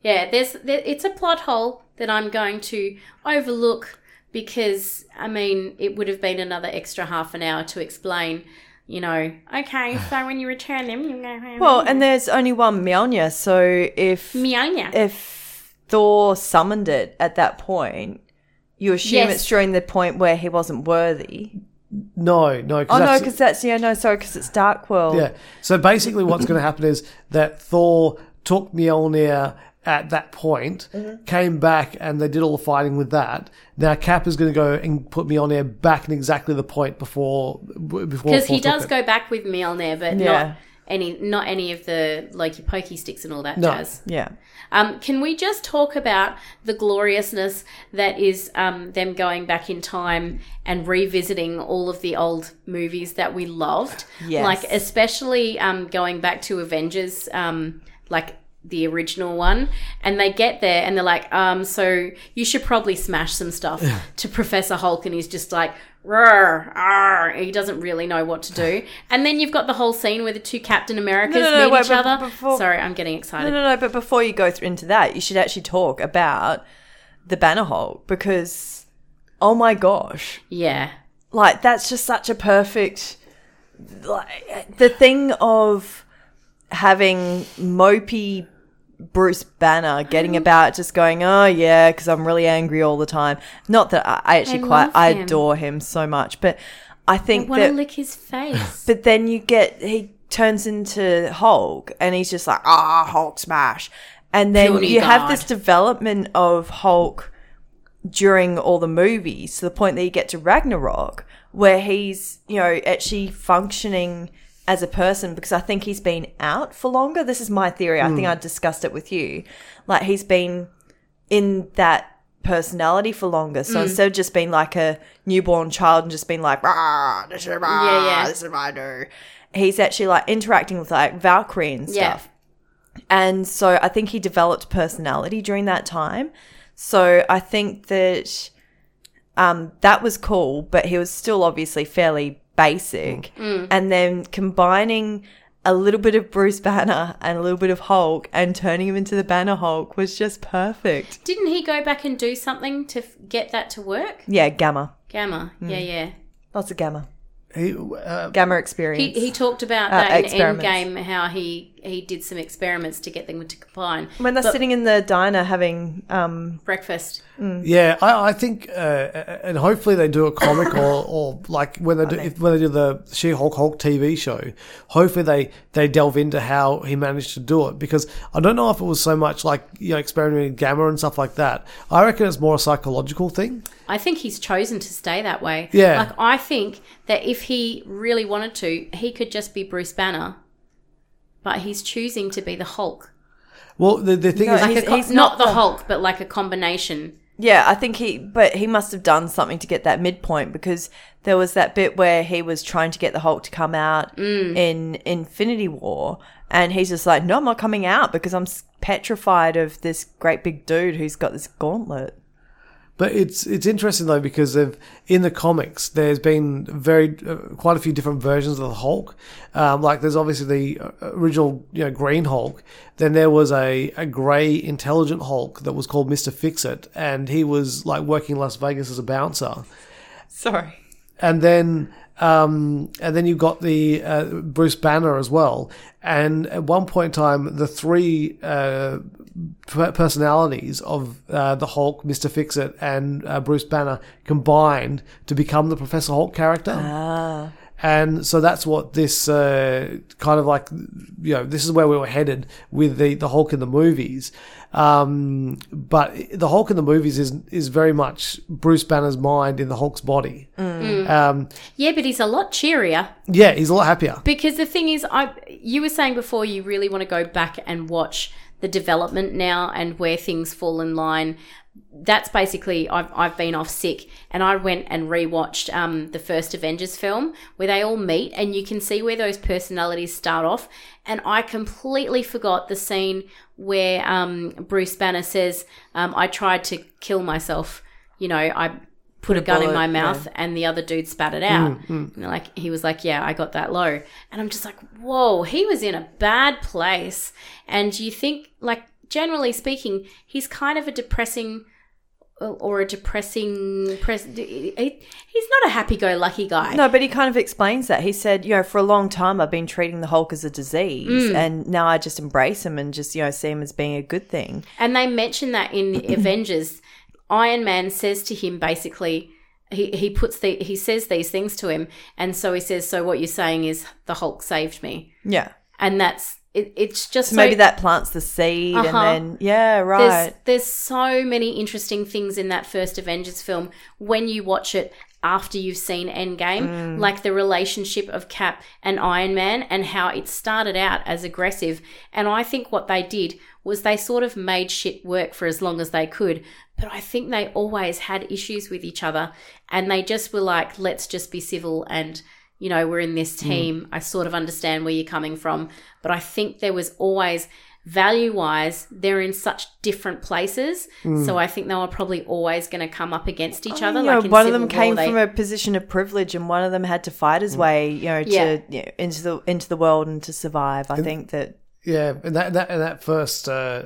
Speaker 2: Yeah, there's there, it's a plot hole that I'm going to overlook because I mean it would have been another extra half an hour to explain. You know, okay, so when you return them, you go
Speaker 1: Well, and there's only one Mjolnir, so if eh,
Speaker 2: Mjolnir.
Speaker 1: if Thor summoned it at that point, you assume
Speaker 2: Yes.
Speaker 1: it's during the point where he wasn't worthy.
Speaker 3: no, no.
Speaker 1: Oh no,
Speaker 3: that's-
Speaker 1: because that's yeah no sorry because it's Dark World.
Speaker 3: Yeah. So basically, what's going to happen is that Thor took Mjolnir at that point, came back, and they did all the fighting with that. Now Cap is going to go and put Mjolnir back in exactly the point before b- before
Speaker 2: Because he
Speaker 3: Thor took
Speaker 2: does
Speaker 3: it.
Speaker 2: go back with Mjolnir, but
Speaker 1: Yeah.
Speaker 2: not any not any of the Loki pokey sticks and all that
Speaker 3: No.
Speaker 2: jazz.
Speaker 1: yeah.
Speaker 2: Um, can we just talk about the gloriousness that is um, them going back in time and revisiting all of the old movies that we loved?
Speaker 1: Yes.
Speaker 2: Like, especially um, going back to Avengers, um, like the original one. And they get there and they're like, um, so you should probably smash some stuff to Professor Hulk. And he's just like, Rawr, arr. He doesn't really know what to do, and then you've got the whole scene where the two Captain Americas
Speaker 1: no, no,
Speaker 2: meet
Speaker 1: wait,
Speaker 2: each
Speaker 1: but
Speaker 2: other.
Speaker 1: before-
Speaker 2: Sorry, I'm getting excited.
Speaker 1: No, no, no. But before you go through into that, you should actually talk about the Banner Hulk because oh my gosh,
Speaker 2: Yeah,
Speaker 1: like that's just such a perfect like the thing of having mopey Bruce Banner
Speaker 2: Mm.
Speaker 1: getting about just going oh yeah because I'm really angry all the time not that I, I actually
Speaker 2: I
Speaker 1: quite
Speaker 2: love
Speaker 1: I
Speaker 2: him.
Speaker 1: adore him so much but I think
Speaker 2: want to
Speaker 1: that
Speaker 2: lick his face.
Speaker 1: but then you get he turns into Hulk and he's just like ah Hulk smash and then
Speaker 2: Puny
Speaker 1: you have
Speaker 2: God.
Speaker 1: this development of Hulk during all the movies to the point that you get to Ragnarok where he's you know actually functioning as a person because I think he's been out for longer this is my theory I think I discussed it with you like he's been in that personality for longer
Speaker 2: Hmm.
Speaker 1: so instead of just being like a newborn child and just being like ah this is my
Speaker 2: Yeah, yeah.
Speaker 1: this is what I do. He's actually like interacting with like Valkyrie and
Speaker 2: Yeah.
Speaker 1: stuff. And so I think he developed personality during that time. So I think that um, that was cool, but he was still obviously fairly
Speaker 2: Mm.
Speaker 1: basic. And then combining a little bit of Bruce Banner and a little bit of Hulk and turning him into the Banner Hulk was just perfect.
Speaker 2: Didn't he go back and do something to f- get that to work?
Speaker 1: Yeah, gamma.
Speaker 2: Gamma.
Speaker 1: Hmm.
Speaker 2: Yeah, yeah.
Speaker 1: Lots of gamma.
Speaker 3: He, uh,
Speaker 1: Gamma experience.
Speaker 2: He, he talked about
Speaker 1: Uh,
Speaker 2: that in
Speaker 1: experiments.
Speaker 2: Endgame, how he, he did some experiments to get them to combine.
Speaker 1: when they're
Speaker 2: But
Speaker 1: sitting in the diner having um,
Speaker 2: breakfast.
Speaker 3: Yeah, I, I think, uh, and hopefully they do a comic or, or like when they do if, when they do the She Hulk Hulk TV show. Hopefully they they delve into how he managed to do it because I don't know if it was so much like you know experimenting with gamma and stuff like that. I reckon it's more a psychological thing.
Speaker 2: I think he's chosen to stay that way.
Speaker 3: Yeah.
Speaker 2: Like, I think that if he really wanted to, he could just be Bruce Banner, but he's choosing to be the Hulk.
Speaker 3: Well, the the thing
Speaker 1: No,
Speaker 3: is,
Speaker 1: He's-
Speaker 2: Like a co-
Speaker 1: he's
Speaker 2: not,
Speaker 1: not
Speaker 2: the
Speaker 1: the-
Speaker 2: Hulk, but like a combination.
Speaker 1: Yeah, I think he, but he must have done something to get that midpoint because there was that bit where he was trying to get the Hulk to come out in Infinity War, and he's just like, "No, I'm not coming out because I'm s- petrified of this great big dude who's got this gauntlet."
Speaker 3: But it's it's interesting though because of in the comics there's been very uh, quite a few different versions of the Hulk. Um, like there's obviously the uh, original you know Green Hulk. Then there was a a grey intelligent Hulk that was called Mister Fix It, and he was like working in Las Vegas as a bouncer.
Speaker 1: Sorry.
Speaker 3: And then um, and then you've got the uh, Bruce Banner as well. And at one point in time, the three uh, per- personalities of uh, the Hulk, Mister Fix It, and uh, Bruce Banner combined to become the Professor Hulk character.
Speaker 1: Uh. Ah.
Speaker 3: And so that's what this uh, kind of like, you know, this is where we were headed with the, the Hulk in the movies. Um, but the Hulk in the movies is is very much Bruce Banner's mind in the Hulk's body. Um,
Speaker 2: Yeah, but he's a lot cheerier.
Speaker 3: yeah, he's a lot happier.
Speaker 2: Because the thing is, I you were saying before you really want to go back and watch the development now and where things fall in line. That's basically I've I've been off sick and I went and rewatched um, the first Avengers film where they all meet and you can see where those personalities start off and I completely forgot the scene where um, Bruce Banner says um, I tried to kill myself you know I put a gun in
Speaker 1: bullet,
Speaker 2: my
Speaker 1: yeah.
Speaker 2: mouth and the other dude spat it out. And like he was like, "Yeah, I got that low," and I'm just like, "Whoa!" He was in a bad place, and you think like generally speaking, he's kind of a depressing or a depressing. Pres- he- he's not a happy-go-lucky guy.
Speaker 1: No, but he kind of explains that. He said, you know, for a long time I've been treating the Hulk as a disease, and now I just embrace him and just, you know, see him as being a good thing.
Speaker 2: And they mention that in Avengers. Iron Man says to him basically, he, he puts the he says these things to him, and so he says, "So what you're saying is the Hulk saved me,"
Speaker 1: Yeah.
Speaker 2: and that's it, it's just
Speaker 1: So maybe
Speaker 2: so-
Speaker 1: that plants the seed,
Speaker 2: Uh-huh.
Speaker 1: and then yeah,
Speaker 2: There's,
Speaker 1: right.
Speaker 2: there's so many interesting things in that first Avengers film when you watch it after you've seen Endgame, like the relationship of Cap and Iron Man and how it started out as aggressive. And I think what they did was they sort of made shit work for as long as they could. But I think they always had issues with each other and they just were like, let's just be civil and you know, we're in
Speaker 1: Hmm.
Speaker 2: this team. I sort of understand where you're coming from. But I think there was always, value wise, they're in such different places.
Speaker 1: Hmm.
Speaker 2: So I think they were probably always going to come up against each other.
Speaker 1: You know,
Speaker 2: like in
Speaker 1: Oh, one of
Speaker 2: Civil
Speaker 1: them
Speaker 2: War,
Speaker 1: came
Speaker 2: they- Mm.
Speaker 1: from a position of privilege, and one of them had to fight his way, you know,
Speaker 2: Yeah.
Speaker 1: to you know, into the into the world and to survive. I think that
Speaker 3: Yeah, and that that and that first uh,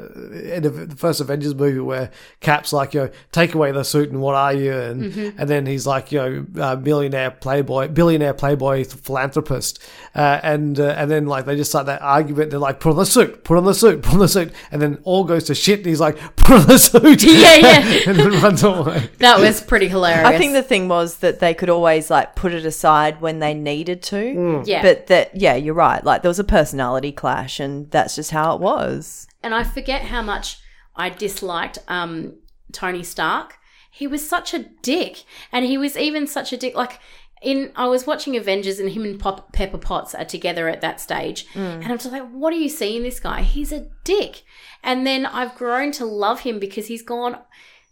Speaker 3: end of the first Avengers movie where Cap's like, you know, take away the suit and what are you? And
Speaker 2: Mm-hmm.
Speaker 3: and then he's like, you know, uh, millionaire playboy, billionaire playboy philanthropist, uh, and uh, and then like they just start that argument. They're like, put on the suit, put on the suit, put on the suit, and then all goes to shit. And he's like, put on the suit,
Speaker 2: Yeah, yeah.
Speaker 3: and then runs away.
Speaker 2: that was pretty hilarious.
Speaker 1: I think the thing was that they could always like put it aside when they needed to.
Speaker 2: yeah.
Speaker 1: But that, yeah, you're right. Like there was a personality clash, and that's just how it was.
Speaker 2: and I forget how much I disliked um, Tony Stark. He was such a dick, and he was even such a dick. Like in, I was watching Avengers, and him and Pop- Pepper Potts are together at that stage, and I'm just like, what do you see in this guy? He's a dick. And then I've grown to love him because he's gone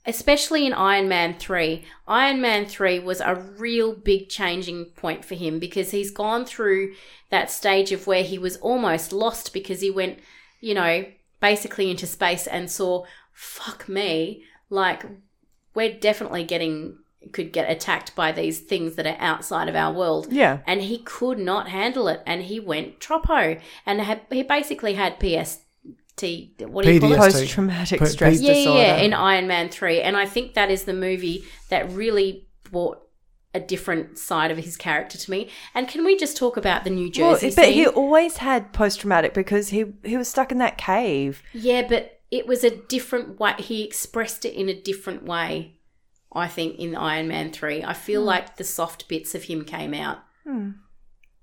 Speaker 2: especially in Iron Man 3. Iron Man 3 was a real big changing point for him because he's gone through that stage of where he was almost lost because he went, you know, basically into space and saw, fuck me, like, we're definitely getting, could get attacked by these things that are outside of our world
Speaker 1: Yeah.
Speaker 2: and he could not handle it, and he went tropo, and had, he basically had PST. What do you call it?
Speaker 3: PDST.
Speaker 1: Post traumatic
Speaker 3: P-
Speaker 1: stress
Speaker 3: P-
Speaker 2: Yeah,
Speaker 1: disorder.
Speaker 2: yeah, yeah, in Iron Man three, and I think that is the movie that really brought a different side of his character to me. And can we just talk about the New
Speaker 1: Well,
Speaker 2: Jersey
Speaker 1: but
Speaker 2: scene?
Speaker 1: he always had post traumatic because he he was stuck in that cave.
Speaker 2: yeah, but it was a different way. He expressed it in a different way. I think in Iron Man three, I feel
Speaker 1: Hmm.
Speaker 2: like the soft bits of him came out.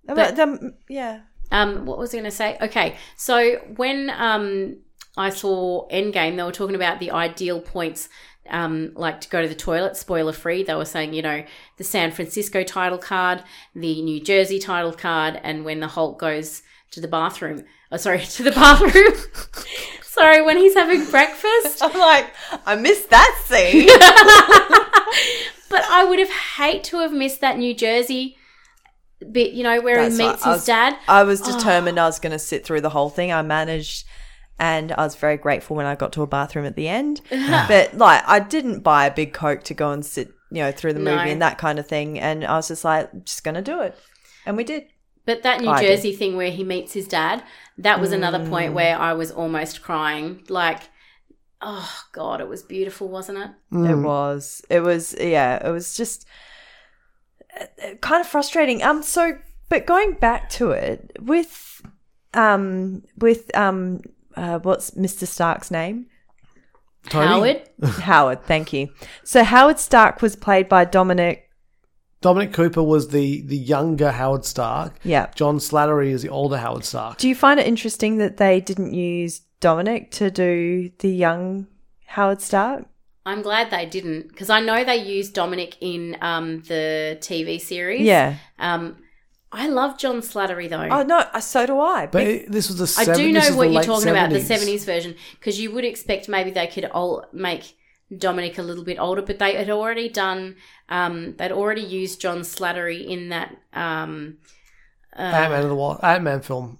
Speaker 1: But, um, yeah,
Speaker 2: um, what was I going to say? Okay, so when um, I saw Endgame, they were talking about the ideal points, um, like to go to the toilet, spoiler free. They were saying, you know, the San Francisco title card, the New Jersey title card, and when the Hulk goes to the bathroom. Oh, sorry, to the bathroom. sorry, when he's having breakfast.
Speaker 1: I'm like I missed that scene.
Speaker 2: But I would have hate to have missed that New Jersey bit, you know, where
Speaker 1: That's
Speaker 2: he
Speaker 1: right.
Speaker 2: meets
Speaker 1: I
Speaker 2: his
Speaker 1: was-
Speaker 2: dad.
Speaker 1: I was determined I was going to sit through the whole thing. I managed, and I was very grateful when I got to a bathroom at the end. but like, I didn't buy a big coke to go and sit, you know, through the
Speaker 2: No.
Speaker 1: movie and that kind of thing. And I was just like, just going to do it, and we did.
Speaker 2: But that New
Speaker 1: Oh, I did. Mm.
Speaker 2: Jersey thing where he meets his dad, that was another point where I was almost crying. Like, oh God, it was beautiful, wasn't it?
Speaker 1: It was. It was. Yeah. It was just uh, uh, kind of frustrating. Um. So, but going back to it with, um, with um, uh, what's Mister Stark's name?
Speaker 3: Tony?
Speaker 2: Howard?
Speaker 1: Howard. Thank you. So Howard Stark was played by Dominic.
Speaker 3: Dominic Cooper was the the younger Howard Stark.
Speaker 1: Yeah.
Speaker 3: John Slattery is the older Howard Stark.
Speaker 1: Do you find it interesting that they didn't use Dominic to do the young Howard Stark?
Speaker 2: I'm glad they didn't because I know they used Dominic in um, the TV series.
Speaker 1: Yeah.
Speaker 2: Um, I love John Slattery though.
Speaker 1: Oh no, uh, so do I.
Speaker 3: But
Speaker 1: Be-
Speaker 3: it, this was the.
Speaker 2: I
Speaker 3: seven-
Speaker 2: do
Speaker 3: this
Speaker 2: know
Speaker 3: is
Speaker 2: what
Speaker 3: the
Speaker 2: you're
Speaker 3: late
Speaker 2: talking about, the 70s version, because you would expect maybe they could all make Dominic a little bit older, but they had already done, um, they'd already used John Slattery in that. Um, uh,
Speaker 3: Ant Man of the Wa- Ant Man film.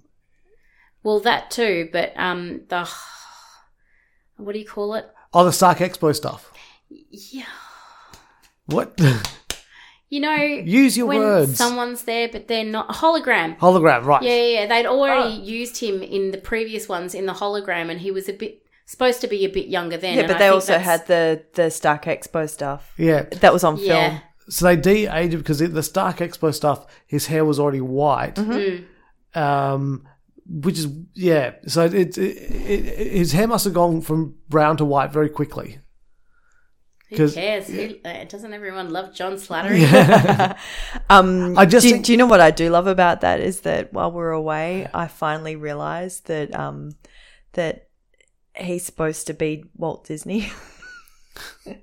Speaker 2: well, that too, but um, the. What do you call it?
Speaker 3: Oh, the Stark Expo stuff.
Speaker 2: Yeah.
Speaker 3: What?
Speaker 2: You know,
Speaker 3: Use your
Speaker 2: when
Speaker 3: words.
Speaker 2: someone's there, but they're not. Hologram.
Speaker 3: Hologram, right?
Speaker 2: Yeah, yeah, yeah. They'd already used him in the previous ones in the hologram, and he was a bit supposed to be a bit younger then.
Speaker 1: yeah,
Speaker 2: and
Speaker 1: but
Speaker 2: I
Speaker 1: they
Speaker 2: think
Speaker 1: also
Speaker 2: that's-
Speaker 1: had the the Stark Expo stuff
Speaker 3: Yeah.
Speaker 1: that was on
Speaker 2: Yeah.
Speaker 1: film.
Speaker 3: So they de-aged because it- the Stark Expo stuff, his hair was already white.
Speaker 2: Mm-hmm.
Speaker 1: Hmm.
Speaker 3: Um, which is yeah. So it, it, it his hair must have gone from brown to white very quickly.
Speaker 2: Who
Speaker 3: 'Cause-
Speaker 2: cares? Who, uh, doesn't everyone love John Slattery?
Speaker 1: Um,
Speaker 3: I just
Speaker 1: do,
Speaker 3: think-
Speaker 1: do you know what I do love about that is that while we're away, I finally realized that um, that he's supposed to be Walt Disney, and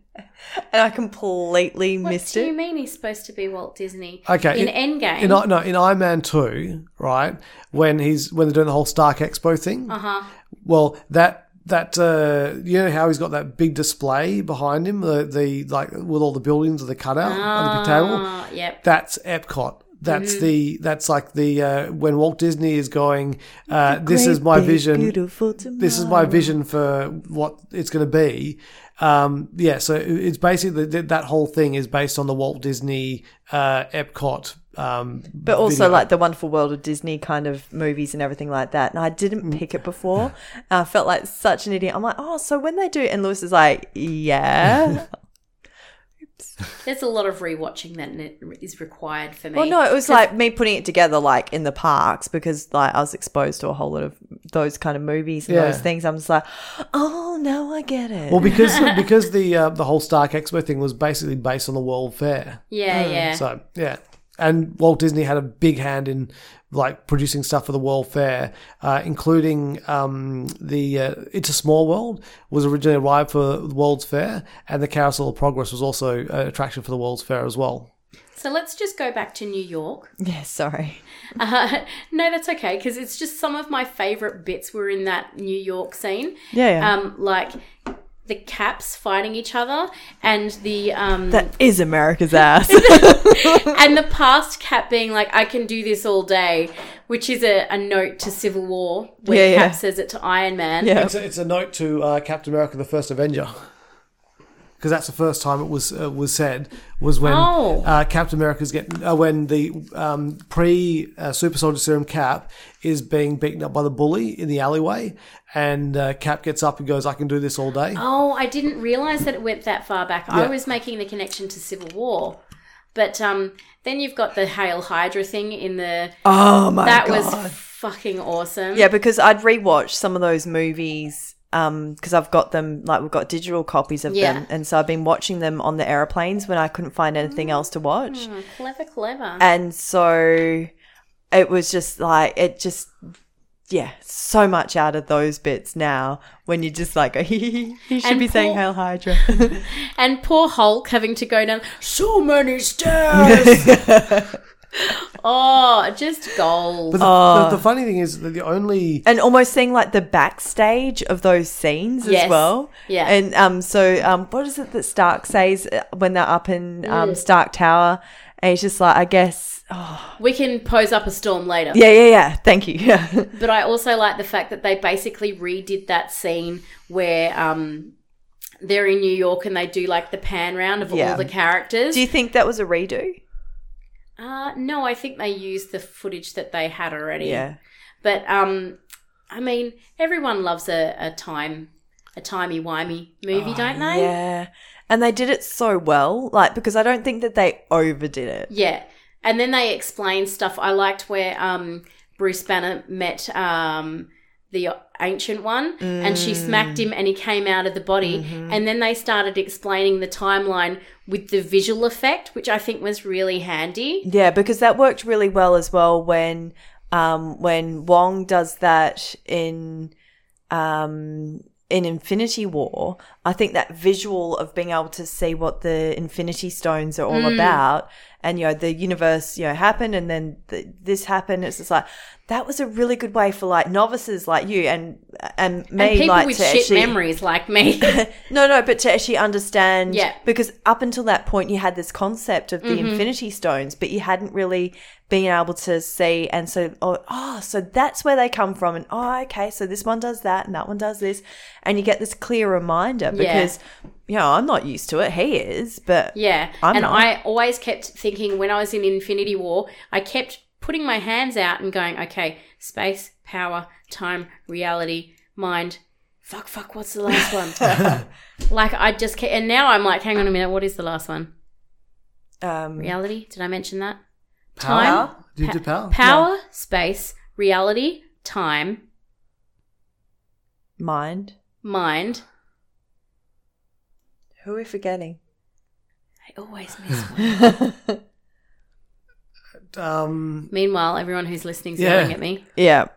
Speaker 1: I completely
Speaker 2: What
Speaker 1: missed
Speaker 2: do you
Speaker 1: it.
Speaker 2: mean he's supposed to be Walt Disney?
Speaker 3: Okay,
Speaker 2: In
Speaker 3: in-
Speaker 2: Endgame.
Speaker 3: In I- no, in Iron Man two, right when he's when they're doing the whole Stark Expo thing.
Speaker 2: uh-huh.
Speaker 3: Well, that that uh, you know how he's got that big display behind him, the, the like with all the buildings, the cutout on the big table.
Speaker 2: Ah, yep.
Speaker 3: That's Epcot. That's
Speaker 1: Mm-hmm.
Speaker 3: the that's like the uh, when Walt Disney is going. Uh, this is my
Speaker 1: Great big
Speaker 3: vision.
Speaker 1: Beautiful
Speaker 3: This is my vision for what it's going to be. Um, yeah, so it- it's basically that that whole thing is based on the Walt Disney uh, Epcot. Um,
Speaker 1: but also
Speaker 3: video.
Speaker 1: like the wonderful world of Disney kind of movies and everything like that. And I didn't
Speaker 3: Mm.
Speaker 1: pick it before. And I felt like such an idiot. I'm like, oh, so when they do, and Lewis is like, yeah.
Speaker 2: There's a lot of rewatching that ne- is required for me.
Speaker 1: well, no, it was like me putting it together, like in the parks, because like I was exposed to a whole lot of those kind of movies and
Speaker 3: Yeah.
Speaker 1: those things. I'm just like, oh, now I get it.
Speaker 3: well because because the uh, the whole Stark Expo thing was basically based on the World Fair.
Speaker 2: Yeah, yeah.
Speaker 3: Hmm, Mm, So yeah, and Walt Disney had a big hand in like producing stuff for the World Fair, uh, including um, the uh, It's a Small World was originally arrived for the World's Fair, and the Carousel of Progress was also an attraction for the World's Fair as well.
Speaker 2: so let's just go back to New York.
Speaker 1: yeah, sorry.
Speaker 2: Uh, no, that's okay because it's just some of my favorite bits were in that New York scene.
Speaker 1: Yeah, yeah.
Speaker 2: Um, like the caps fighting each other and the um
Speaker 1: that is America's ass.
Speaker 2: and the past cap being like, I can do this all day, which is a, a note to Civil War where
Speaker 1: Yeah, yeah.
Speaker 2: Cap says it to Iron Man.
Speaker 1: Yeah.
Speaker 3: It's a, it's a note to uh, Captain America: The First Avenger. Because that's the first time it was uh, was said was when
Speaker 2: Oh.
Speaker 3: uh, Captain America's getting uh, when the um, pre uh, Super Soldier Serum Cap is being beaten up by the bully in the alleyway, and uh, Cap gets up and goes, "I can do this all day."
Speaker 2: Oh, I didn't realize that it went that far back. I
Speaker 3: Yeah.
Speaker 2: was making the connection to Civil War. But um, then you've got the Hail Hydra thing in the.
Speaker 1: oh my
Speaker 2: that
Speaker 1: god.
Speaker 2: was fucking awesome.
Speaker 1: Yeah, because I'd rewatch some of those movies because I've got them, like, we've got digital copies of
Speaker 2: Yeah.
Speaker 1: them. And so I've been watching them on the aeroplanes when I couldn't find anything else to watch.
Speaker 2: Mm, clever, clever.
Speaker 1: And so it was just like, it just, yeah, so much out of those bits now when you just like, go, he should
Speaker 2: And
Speaker 1: be saying Hail
Speaker 2: Paul-
Speaker 1: Hydra.
Speaker 2: and poor Hulk having to go down so many stairs. oh, just gold.
Speaker 3: But the,
Speaker 2: Oh.
Speaker 3: the, the funny thing is that the only
Speaker 1: and almost seeing like the backstage of those scenes
Speaker 2: Yes.
Speaker 1: as well.
Speaker 2: Yeah.
Speaker 1: And um, so um, what is it that Stark says uh, when they're up in um, Stark Tower? And he's just like, I guess, oh,
Speaker 2: we can pose up a storm later.
Speaker 1: yeah, yeah, yeah. Thank you. Yeah.
Speaker 2: But I also like the fact that they basically redid that scene where um, they're in New York and they do like the pan round of
Speaker 1: Yeah.
Speaker 2: all the characters.
Speaker 1: Do you think that was a redo?
Speaker 2: uh, no, I think they used the footage that they had already.
Speaker 1: Yeah.
Speaker 2: But um, I mean, everyone loves a, a time, a timey wimey movie, don't they?
Speaker 1: Oh, Yeah. And they did it so well, like because I don't think that they overdid it.
Speaker 2: Yeah. And then they explain stuff. I liked where um, Bruce Banner met um, the ancient one and she smacked him and he came out of the body.
Speaker 1: Mm-hmm.
Speaker 2: And then they started explaining the timeline with the visual effect, which I think was really handy.
Speaker 1: Yeah, because that worked really well as well when um when Wong does that in um, in Infinity War, I think that visual of being able to see what the Infinity Stones are
Speaker 2: Hmm.
Speaker 1: all about, and you know the universe, you know, happened, and then th- this happened. It's just like that was a really good way for like novices like you and and me,
Speaker 2: And people
Speaker 1: like
Speaker 2: with
Speaker 1: to
Speaker 2: shit
Speaker 1: actually,
Speaker 2: memories like me.
Speaker 1: no, no, but to actually understand,
Speaker 2: Yeah. Mm-hmm.
Speaker 1: because up until that point, you had this concept of the Infinity Stones, but you hadn't really been able to see. And so, oh, oh, so that's where they come from, and oh, okay, so this one does that, and that one does this, and you get this clear reminder because, you know, I'm not used to it. He is, but
Speaker 2: Yeah.
Speaker 1: I'm
Speaker 2: and
Speaker 1: not.
Speaker 2: I always kept thinking when I was in Infinity War, I kept putting my hands out and going, okay, space, power, time, reality, mind. Fuck, fuck, what's the last one? like, I just kept, and now I'm like, hang on a minute, what is the last one?
Speaker 1: um,
Speaker 2: Reality? Did I mention that?
Speaker 3: Power?
Speaker 2: Time?
Speaker 3: Did you do
Speaker 1: Oh,
Speaker 3: power?
Speaker 2: Power, space, reality, time,
Speaker 1: mind.
Speaker 2: mind.
Speaker 1: Who are we forgetting?
Speaker 2: I always miss one.
Speaker 3: Um,
Speaker 2: Meanwhile, everyone who's listening's
Speaker 3: Yeah.
Speaker 2: yelling at me.
Speaker 1: Yeah,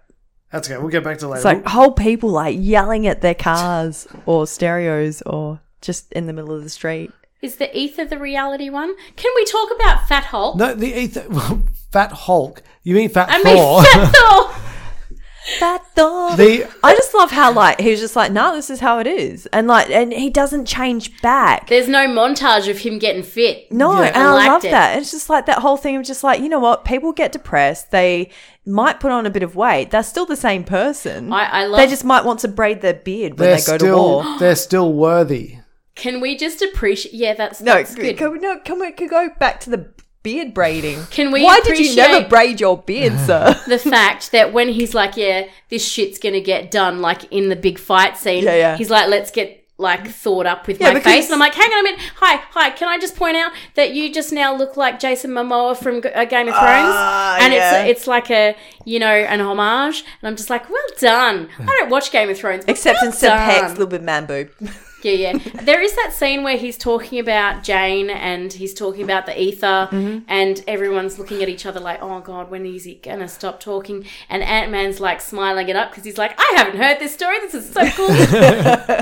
Speaker 3: that's okay. We'll get back to later.
Speaker 1: it's like whole people like yelling at their cars or stereos or just in the middle of the street.
Speaker 2: Is the ether the reality one? Can we talk about Fat Hulk?
Speaker 3: no, the ether, Fat Hulk. You mean Fat
Speaker 2: I mean,
Speaker 3: Thor?
Speaker 2: Fat Thor!
Speaker 1: Fat dog.
Speaker 3: The-
Speaker 1: I just love how like he was just like, no, this is how it is, and like, and he doesn't change back.
Speaker 2: There's no montage of him getting fit.
Speaker 1: No,
Speaker 3: Yeah.
Speaker 1: and
Speaker 2: I
Speaker 1: I,
Speaker 2: liked
Speaker 1: love
Speaker 2: it.
Speaker 1: that. It's just like that whole thing of just like, you know what? People get depressed. They might put on a bit of weight. They're still the same person.
Speaker 2: I- I love-
Speaker 1: They just might want to braid their beard when
Speaker 3: they're
Speaker 1: they go to
Speaker 3: still
Speaker 1: war.
Speaker 3: they're still worthy.
Speaker 2: Can we just appreciate? Yeah, that's
Speaker 1: No,
Speaker 2: that's
Speaker 1: c-
Speaker 2: good.
Speaker 1: can we, no, can we could go back to the beard braiding?
Speaker 2: Can we
Speaker 1: Why did you never
Speaker 2: appreciate-
Speaker 1: braid your beard, sir?
Speaker 2: the fact that when he's like, "Yeah, this shit's gonna get done," like in the big fight scene,
Speaker 1: Yeah, yeah.
Speaker 2: he's like, "Let's get like thawed up with
Speaker 1: Yeah,
Speaker 2: my
Speaker 1: because-
Speaker 2: face," and I'm like, "Hang on a minute, hi, hi. Can I just point out that you just now look like Jason Momoa from G- uh, Game of Thrones?"
Speaker 1: Ah,
Speaker 2: and
Speaker 1: yeah.
Speaker 2: it's it's like a you know an homage, and I'm just like, "Well done." I don't watch Game of Thrones, but
Speaker 1: Except
Speaker 2: well
Speaker 1: instead,
Speaker 2: done.
Speaker 1: pecs, little bit man boob.
Speaker 2: Yeah, yeah. There is that scene where he's talking about Jane and he's talking about the ether,
Speaker 1: Mm-hmm.
Speaker 2: and everyone's looking at each other like, oh God, when is he going to stop talking? And Ant Man's like smiling it up because he's like, I haven't heard this story. This is so cool.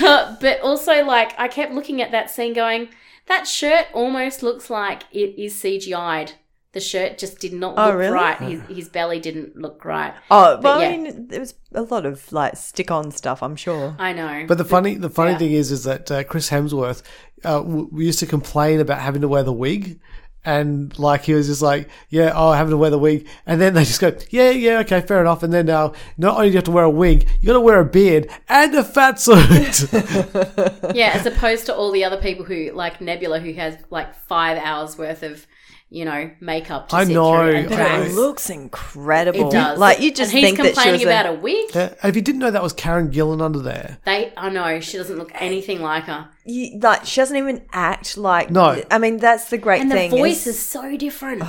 Speaker 2: Uh, but also, like, I kept looking at that scene going, that shirt almost looks like it is CGI'd. The shirt just did not
Speaker 1: Oh,
Speaker 2: look
Speaker 1: really?
Speaker 2: right. His, his belly didn't look right.
Speaker 1: Oh,
Speaker 2: But
Speaker 1: well,
Speaker 2: yeah.
Speaker 1: I mean, there was a lot of like stick-on stuff. I'm sure.
Speaker 2: I know.
Speaker 3: But the funny, the funny
Speaker 2: Yeah.
Speaker 3: thing is, is that uh, Chris Hemsworth, uh, w- we used to complain about having to wear the wig, and like he was just like, yeah, oh, having to wear the wig, and then they just go, yeah, yeah, okay, fair enough. And then now, not only do you have to wear a wig, you got to wear a beard and a fat suit.
Speaker 2: yeah, as opposed to all the other people who like Nebula, who has like five hours worth of you know makeup. To
Speaker 3: I
Speaker 2: sit
Speaker 3: know,
Speaker 2: through and
Speaker 3: I
Speaker 1: But
Speaker 2: dress.
Speaker 1: it looks incredible.
Speaker 2: It does.
Speaker 1: Like you just
Speaker 2: and he's
Speaker 1: think that she
Speaker 2: complaining
Speaker 1: was
Speaker 2: about
Speaker 1: a,
Speaker 2: a wig.
Speaker 3: and if you didn't know, that was Karen Gillan under there.
Speaker 2: They, I know, she doesn't look anything like her,
Speaker 1: you- like she doesn't even act like.
Speaker 3: No.
Speaker 1: I mean that's the great
Speaker 2: and the
Speaker 1: thing. Oh.
Speaker 2: voice is so different.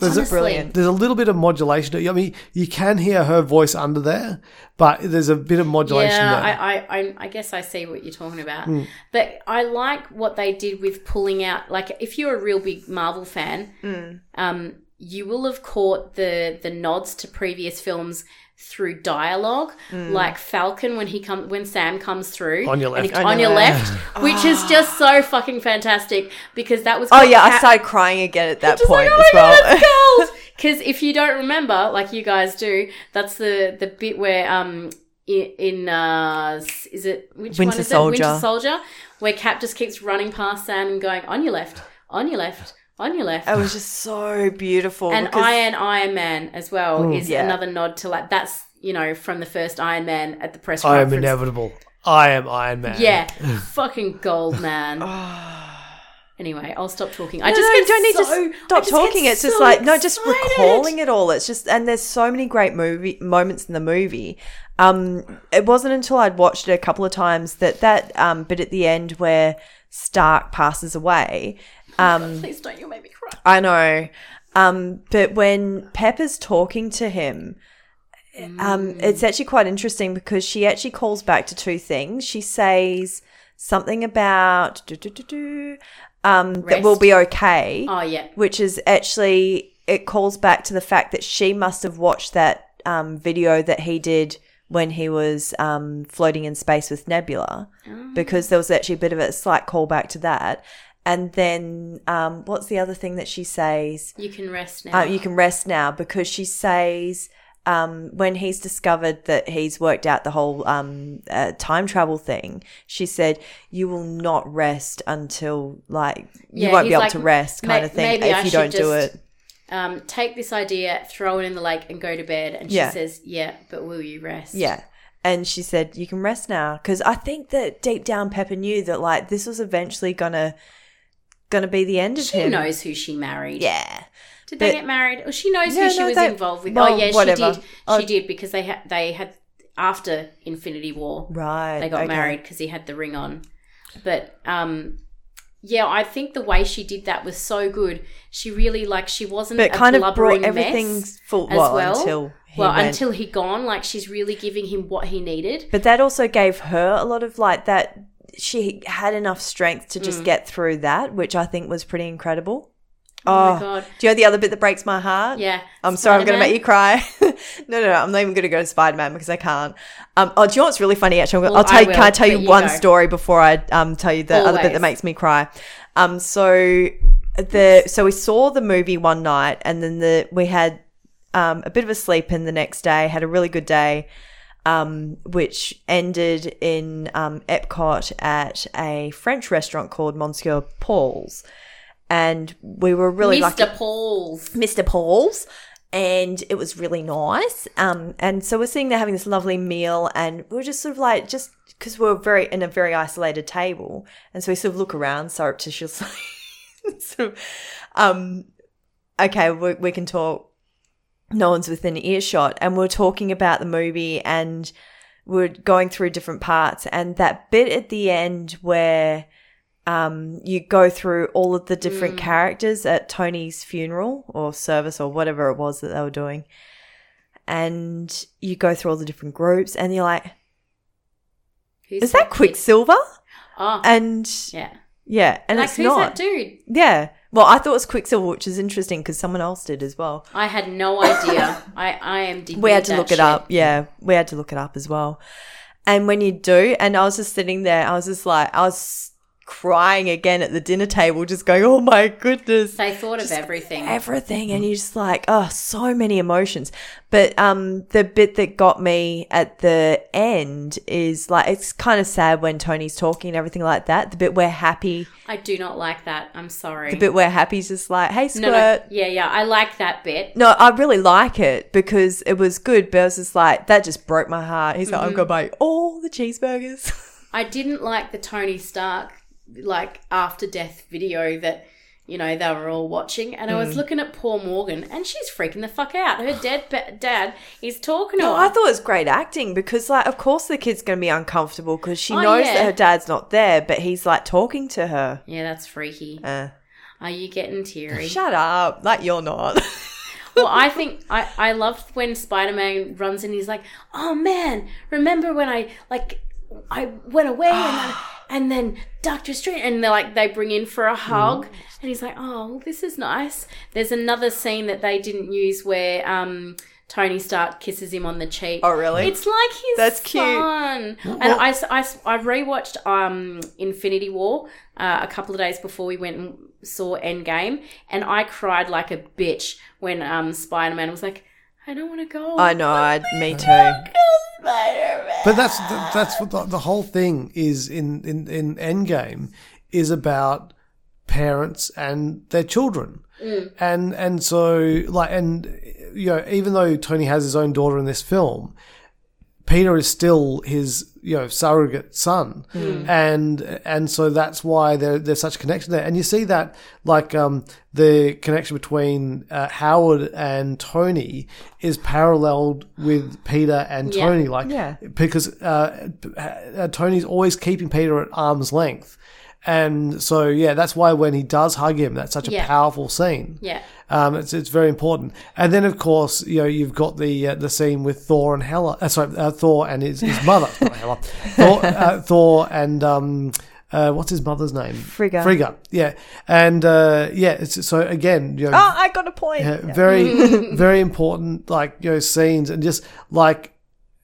Speaker 3: There's a-
Speaker 2: Honestly.
Speaker 1: brilliant.
Speaker 3: There's a little bit of modulation. I mean, you can hear her voice under there, but there's a bit of modulation
Speaker 2: Yeah,
Speaker 3: there. Hmm.
Speaker 2: I, I, I, I guess I see what you're talking about. But I like what they did with pulling out. Like, if you're a real big Marvel fan,
Speaker 1: Hmm.
Speaker 2: um, you will have caught the the nods to previous films through dialogue,
Speaker 1: Hmm.
Speaker 2: like Falcon when he comes when Sam comes through
Speaker 3: On your
Speaker 2: and
Speaker 3: left.
Speaker 2: he- on, your left, which is just so fucking fantastic because that was
Speaker 1: oh yeah, I
Speaker 2: Cap-
Speaker 1: started crying again at that
Speaker 2: just
Speaker 1: point
Speaker 2: like, oh
Speaker 1: as
Speaker 2: my
Speaker 1: well.
Speaker 2: god, it's gold! Because if you don't remember, like you guys do, that's the the bit where um in, in uh s- is it which
Speaker 1: Winter
Speaker 2: one is
Speaker 1: Soldier.
Speaker 2: it Winter Soldier, where Cap just keeps running past Sam and going on your left, on your left, on your left.
Speaker 1: it was just so beautiful.
Speaker 2: and
Speaker 1: Oh, because-
Speaker 2: Iron Iron Man as well is
Speaker 1: Yeah.
Speaker 2: another nod to like that's you know from the first Iron Man at the press
Speaker 3: I am
Speaker 2: conference.
Speaker 3: inevitable. I am Iron Man.
Speaker 2: Yeah, fucking gold man. Anyway, I'll stop talking. I
Speaker 1: No,
Speaker 2: just
Speaker 1: no,
Speaker 2: get
Speaker 1: you don't need
Speaker 2: so-
Speaker 1: to stop
Speaker 2: I just get
Speaker 1: talking. It's just
Speaker 2: so
Speaker 1: like no, just
Speaker 2: excited.
Speaker 1: recalling it all. It's just and there's so many great movie moments in the movie. Um, it wasn't until I'd watched it a couple of times that that um bit at the end where Stark passes away.
Speaker 2: Please don't you make me cry.
Speaker 1: I know. Um, but when Pepper's talking to him,
Speaker 2: Mm.
Speaker 1: um, it's actually quite interesting because she actually calls back to two things. She says something about do, do, do, do, um, that will
Speaker 2: Rest.
Speaker 1: be okay,
Speaker 2: Oh yeah.
Speaker 1: which is actually it calls back to the fact that she must have watched that um, video that he did when he was um, floating in space with Nebula, because there was actually a bit of a slight callback to that. And then, um, what's the other thing that she says?
Speaker 2: You can rest now.
Speaker 1: Uh, you can rest now because she says um, when he's discovered that he's worked out the whole um, uh, time travel thing, she said, "You will not rest until like
Speaker 2: Yeah,
Speaker 1: you won't
Speaker 2: he's
Speaker 1: be able
Speaker 2: like,
Speaker 1: to rest, kind
Speaker 2: "Ma-
Speaker 1: of thing,
Speaker 2: maybe
Speaker 1: if
Speaker 2: I
Speaker 1: you don't
Speaker 2: should
Speaker 1: do
Speaker 2: just-
Speaker 1: it."
Speaker 2: um, take this idea, throw it in the lake, and go to bed. And
Speaker 1: Yeah.
Speaker 2: she says, "Yeah, but will you rest?"
Speaker 1: Yeah. And she said, You can rest now. Because I think that deep down Pepper knew that like this was eventually gonna gonna be the end of
Speaker 2: She
Speaker 1: him.
Speaker 2: knows who she married.
Speaker 1: Yeah.
Speaker 2: Did they
Speaker 1: But-
Speaker 2: get married? Well, she knows
Speaker 1: No,
Speaker 2: who she
Speaker 1: no,
Speaker 2: was
Speaker 1: they-
Speaker 2: involved with.
Speaker 1: well,
Speaker 2: oh yeah,
Speaker 1: whatever.
Speaker 2: she did.
Speaker 1: Oh.
Speaker 2: She did because they had they had after Infinity War
Speaker 1: Right.
Speaker 2: they got
Speaker 1: okay.
Speaker 2: married because he had the ring on. But um, yeah, I think the way she did that was so good. She really like she wasn't
Speaker 1: But
Speaker 2: a
Speaker 1: kind of
Speaker 2: blubbering
Speaker 1: brought everything
Speaker 2: mess
Speaker 1: full
Speaker 2: as
Speaker 1: well,
Speaker 2: well.
Speaker 1: until he
Speaker 2: well
Speaker 1: went.
Speaker 2: until he gone. Like she's really giving him what he needed.
Speaker 1: But that also gave her a lot of like that she had enough strength to
Speaker 2: Mm.
Speaker 1: just get through that, which I think was pretty incredible.
Speaker 2: Oh, my god.
Speaker 1: Do you know the other bit that breaks my heart?
Speaker 2: Yeah.
Speaker 1: I'm sorry, I'm going to
Speaker 2: Spider-Man?
Speaker 1: make you cry. no, no, no, I'm not even going to go to Spider Man because I can't. Um, oh, do you know what's really funny? Actually, I'm
Speaker 2: Well,
Speaker 1: gonna, I'll tell.
Speaker 2: I
Speaker 1: you can I
Speaker 2: will,
Speaker 1: tell you,
Speaker 2: but you
Speaker 1: one
Speaker 2: go.
Speaker 1: story before I um, tell you the other bit
Speaker 2: Always.
Speaker 1: that makes me cry? Um, so the so we saw the movie one night, and then the we had um, a bit of a sleep in the next day. Had a really good day, um, which ended in um, Epcot at a French restaurant called Monsieur Paul's. And we were really lucky.
Speaker 2: Mr. Paul's.
Speaker 1: Mr. Paul's, and it was really nice. Um, and so we're sitting there having this lovely meal, and we were just sort of like, just because we we're very in a very isolated table, and so we sort of look around surreptitiously, sort of, um, okay, we, we can talk. No one's within earshot, and we're talking about the movie, and we're going through different parts, and that bit at the end where um, you go through all of the different
Speaker 2: Mm.
Speaker 1: characters at Tony's funeral or service or whatever it was that they were doing. And you go through all the different groups and you're like,
Speaker 2: Who's
Speaker 1: is that
Speaker 2: kid?
Speaker 1: Quicksilver?
Speaker 2: Oh,
Speaker 1: And
Speaker 2: yeah.
Speaker 1: yeah, and
Speaker 2: like,
Speaker 1: it's
Speaker 2: who's
Speaker 1: not.
Speaker 2: that dude?
Speaker 1: Yeah. Well, I thought it was Quicksilver, which is interesting because someone else did as well.
Speaker 2: I had no idea. I, I am deep
Speaker 1: we had to
Speaker 2: into
Speaker 1: look
Speaker 2: that
Speaker 1: it up. Yeah, we had to look it up as well. And when you do, and I was just sitting there, I was just like, I was crying again at the dinner table, just going, oh my goodness.
Speaker 2: shit. They thought of everything.
Speaker 1: everything and you're just like oh so many emotions but um the bit that got me at the end is like it's kind of sad when tony's talking and everything like that the bit where happy
Speaker 2: I do not like that. I'm sorry.
Speaker 1: the bit where happy's just like hey squirt
Speaker 2: no, no. Yeah, yeah. I like that bit.
Speaker 1: no, I really like it because it was good, but I was just like, that just broke my heart. He's
Speaker 2: Mm-hmm.
Speaker 1: like, I'm going to buy all the cheeseburgers.
Speaker 2: I didn't like the Tony Stark like after death video that you know they were all watching, and I
Speaker 1: Mm.
Speaker 2: was looking at poor Morgan, and she's freaking the fuck out. Her dead ba- dad is talking to
Speaker 1: No,
Speaker 2: her.
Speaker 1: I thought it was great acting because, like, of course the kid's going to be uncomfortable because she
Speaker 2: Oh,
Speaker 1: knows
Speaker 2: yeah.
Speaker 1: that her dad's not there, but he's like talking to her.
Speaker 2: yeah, that's freaky.
Speaker 1: Uh.
Speaker 2: Are you getting teary?
Speaker 1: Shut up. Like, you're not.
Speaker 2: well, I think I I loved when Spider Man runs in. He's like, "Oh man, remember when I like I went away and then, and then Doctor Strange and they're like they bring in for a hug
Speaker 1: Mm.
Speaker 2: and he's like, "Oh, well, this is nice." There's another scene that they didn't use where um. Tony Stark kisses him on the cheek.
Speaker 1: Oh, really?
Speaker 2: It's like his
Speaker 1: That's cute.
Speaker 2: son. And I, s- I, s- I rewatched um, Infinity War uh, a couple of days before we went and saw Endgame, and I cried like a bitch when um, Spider Man was like, "I don't want to go."
Speaker 1: I know. I, me too.
Speaker 3: But that's th- that's what the, the whole thing is in, in in Endgame is about parents and their children, and and so like and you know even though Tony has his own daughter in this film, Peter is still his you know surrogate son, and and so that's why there, there's such a connection there. And you see that like um, the connection between uh, Howard and Tony is paralleled with Peter and
Speaker 2: Yeah.
Speaker 3: Tony, like
Speaker 1: Yeah.
Speaker 3: because uh, uh, Tony's always keeping Peter at arm's length. And so, yeah, that's why when he does hug him, that's such a
Speaker 2: Yeah.
Speaker 3: powerful scene.
Speaker 2: Yeah.
Speaker 3: Um, it's it's very important. And then, of course, you know you've got the uh, the scene with Thor and Hela. Uh, sorry, uh, Thor and his, his mother. not Hela. Thor, uh, Thor and um, uh, what's his mother's name?
Speaker 1: Frigga.
Speaker 3: Frigga. Yeah. And uh, yeah. It's, so again, you know,
Speaker 1: Oh, I got a point.
Speaker 2: Mm-hmm.
Speaker 3: uh, very very important like you know scenes and just like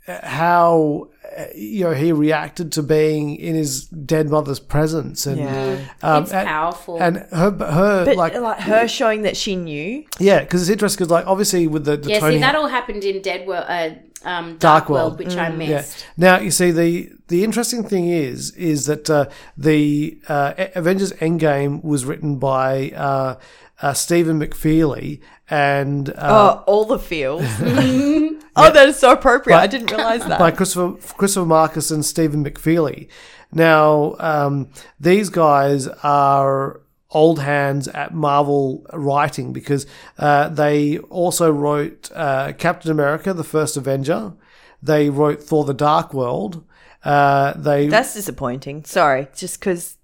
Speaker 3: how uh, you know he reacted to being in his dead mother's presence and
Speaker 1: Yeah.
Speaker 3: um,
Speaker 2: it's
Speaker 3: and,
Speaker 2: powerful.
Speaker 3: and her her
Speaker 2: uh,
Speaker 1: But uh,
Speaker 3: like
Speaker 1: like, her showing that she knew.
Speaker 3: yeah because it's interesting because like obviously with the, the
Speaker 2: yeah,
Speaker 3: Tony
Speaker 2: see, that all happened in Dead World, uh, um, Dark,
Speaker 3: Dark
Speaker 2: World,
Speaker 3: World. Mm,
Speaker 2: which I
Speaker 3: Yeah.
Speaker 2: missed.
Speaker 3: Now you see the the interesting thing is is that uh, the uh, A- Avengers Endgame was written by uh, uh, Stephen McFeely and uh,
Speaker 1: oh, all the feels. oh, that is so appropriate. I didn't realize that.
Speaker 3: by Christopher Christopher Marcus and Stephen McFeely. Now um, these guys are old hands at Marvel writing because uh, they also wrote uh, Captain America: The First Avenger. They wrote Thor: The Dark World. Uh, they
Speaker 1: That's disappointing. Sorry, just because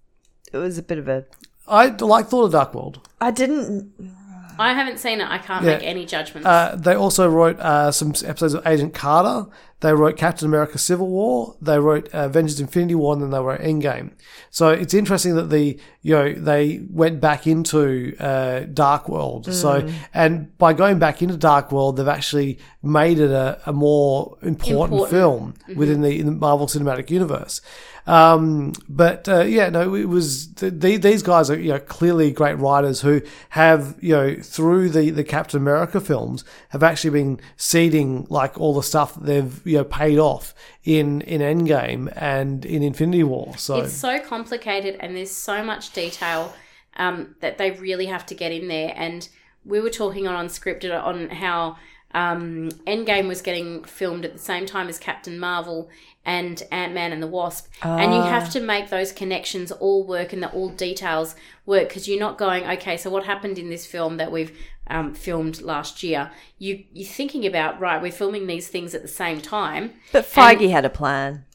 Speaker 1: it was a bit of a.
Speaker 3: I like Thor: The Dark World.
Speaker 1: I didn't.
Speaker 2: I haven't seen it. I can't
Speaker 3: Yeah.
Speaker 2: make any judgments.
Speaker 3: Uh, they also wrote uh, some episodes of Agent Carter. They wrote Captain America: Civil War. They wrote uh, Avengers: Infinity War, and then they wrote Endgame. So it's interesting that the you know they went back into uh, Dark World. So and by going back into Dark World, they've actually made it a, a more important,
Speaker 2: Important.
Speaker 3: film within the, in the Marvel Cinematic Universe. Um, but uh, yeah, no, it was th- the, these guys are you know, clearly great writers who have you know through the, the Captain America films have actually been seeding like all the stuff that they've you know paid off in in Endgame and in Infinity War. So
Speaker 2: It's so complicated, and there's so much detail um, that they really have to get in there. And we were talking on unscripted on how um, Endgame was getting filmed at the same time as Captain Marvel and Ant Man and the Wasp, and you have to make those connections all work and the all details work because you're not going okay. So what happened in this film that we've um, filmed last year? You you're thinking about right? We're filming these things at the same time.
Speaker 1: But Feige had a plan.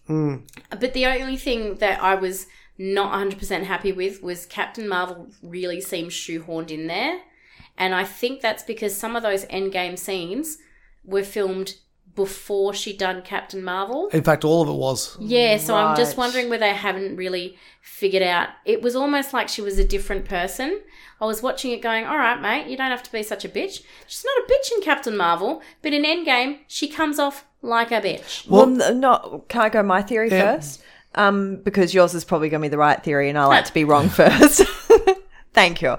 Speaker 2: But the only thing that I was not 100% happy with was Captain Marvel really seemed shoehorned in there. And I think that's because some of those endgame scenes were filmed before she done Captain Marvel.
Speaker 3: in fact, all of it was.
Speaker 2: Yeah, so I'm just
Speaker 1: Right.
Speaker 2: wondering whether I haven't really figured out. It was almost like she was a different person. I was watching it going, all right, mate, you don't have to be such a bitch. She's not a bitch in Captain Marvel, but in Endgame, she comes off like a bitch.
Speaker 1: Well,
Speaker 3: Well-
Speaker 1: n- not. Can I go my theory
Speaker 3: Yeah.
Speaker 1: first? Um, because yours is probably going to be the right theory, and I like to be wrong first. Thank you.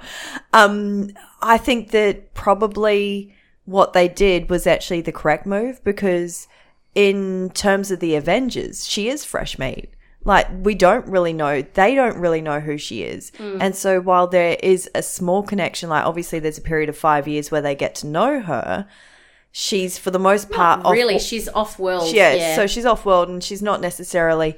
Speaker 1: Um, I think that probably what they did was actually the correct move because, in terms of the Avengers, she is fresh meat. Like, we don't really know, they don't really know who she is. And so, while there is a small connection, like, obviously, there's a period of five years where they get to know her, she's for the most part off-
Speaker 2: really, she's off world.
Speaker 1: yeah,
Speaker 2: yeah.
Speaker 1: so she's off world and she's not necessarily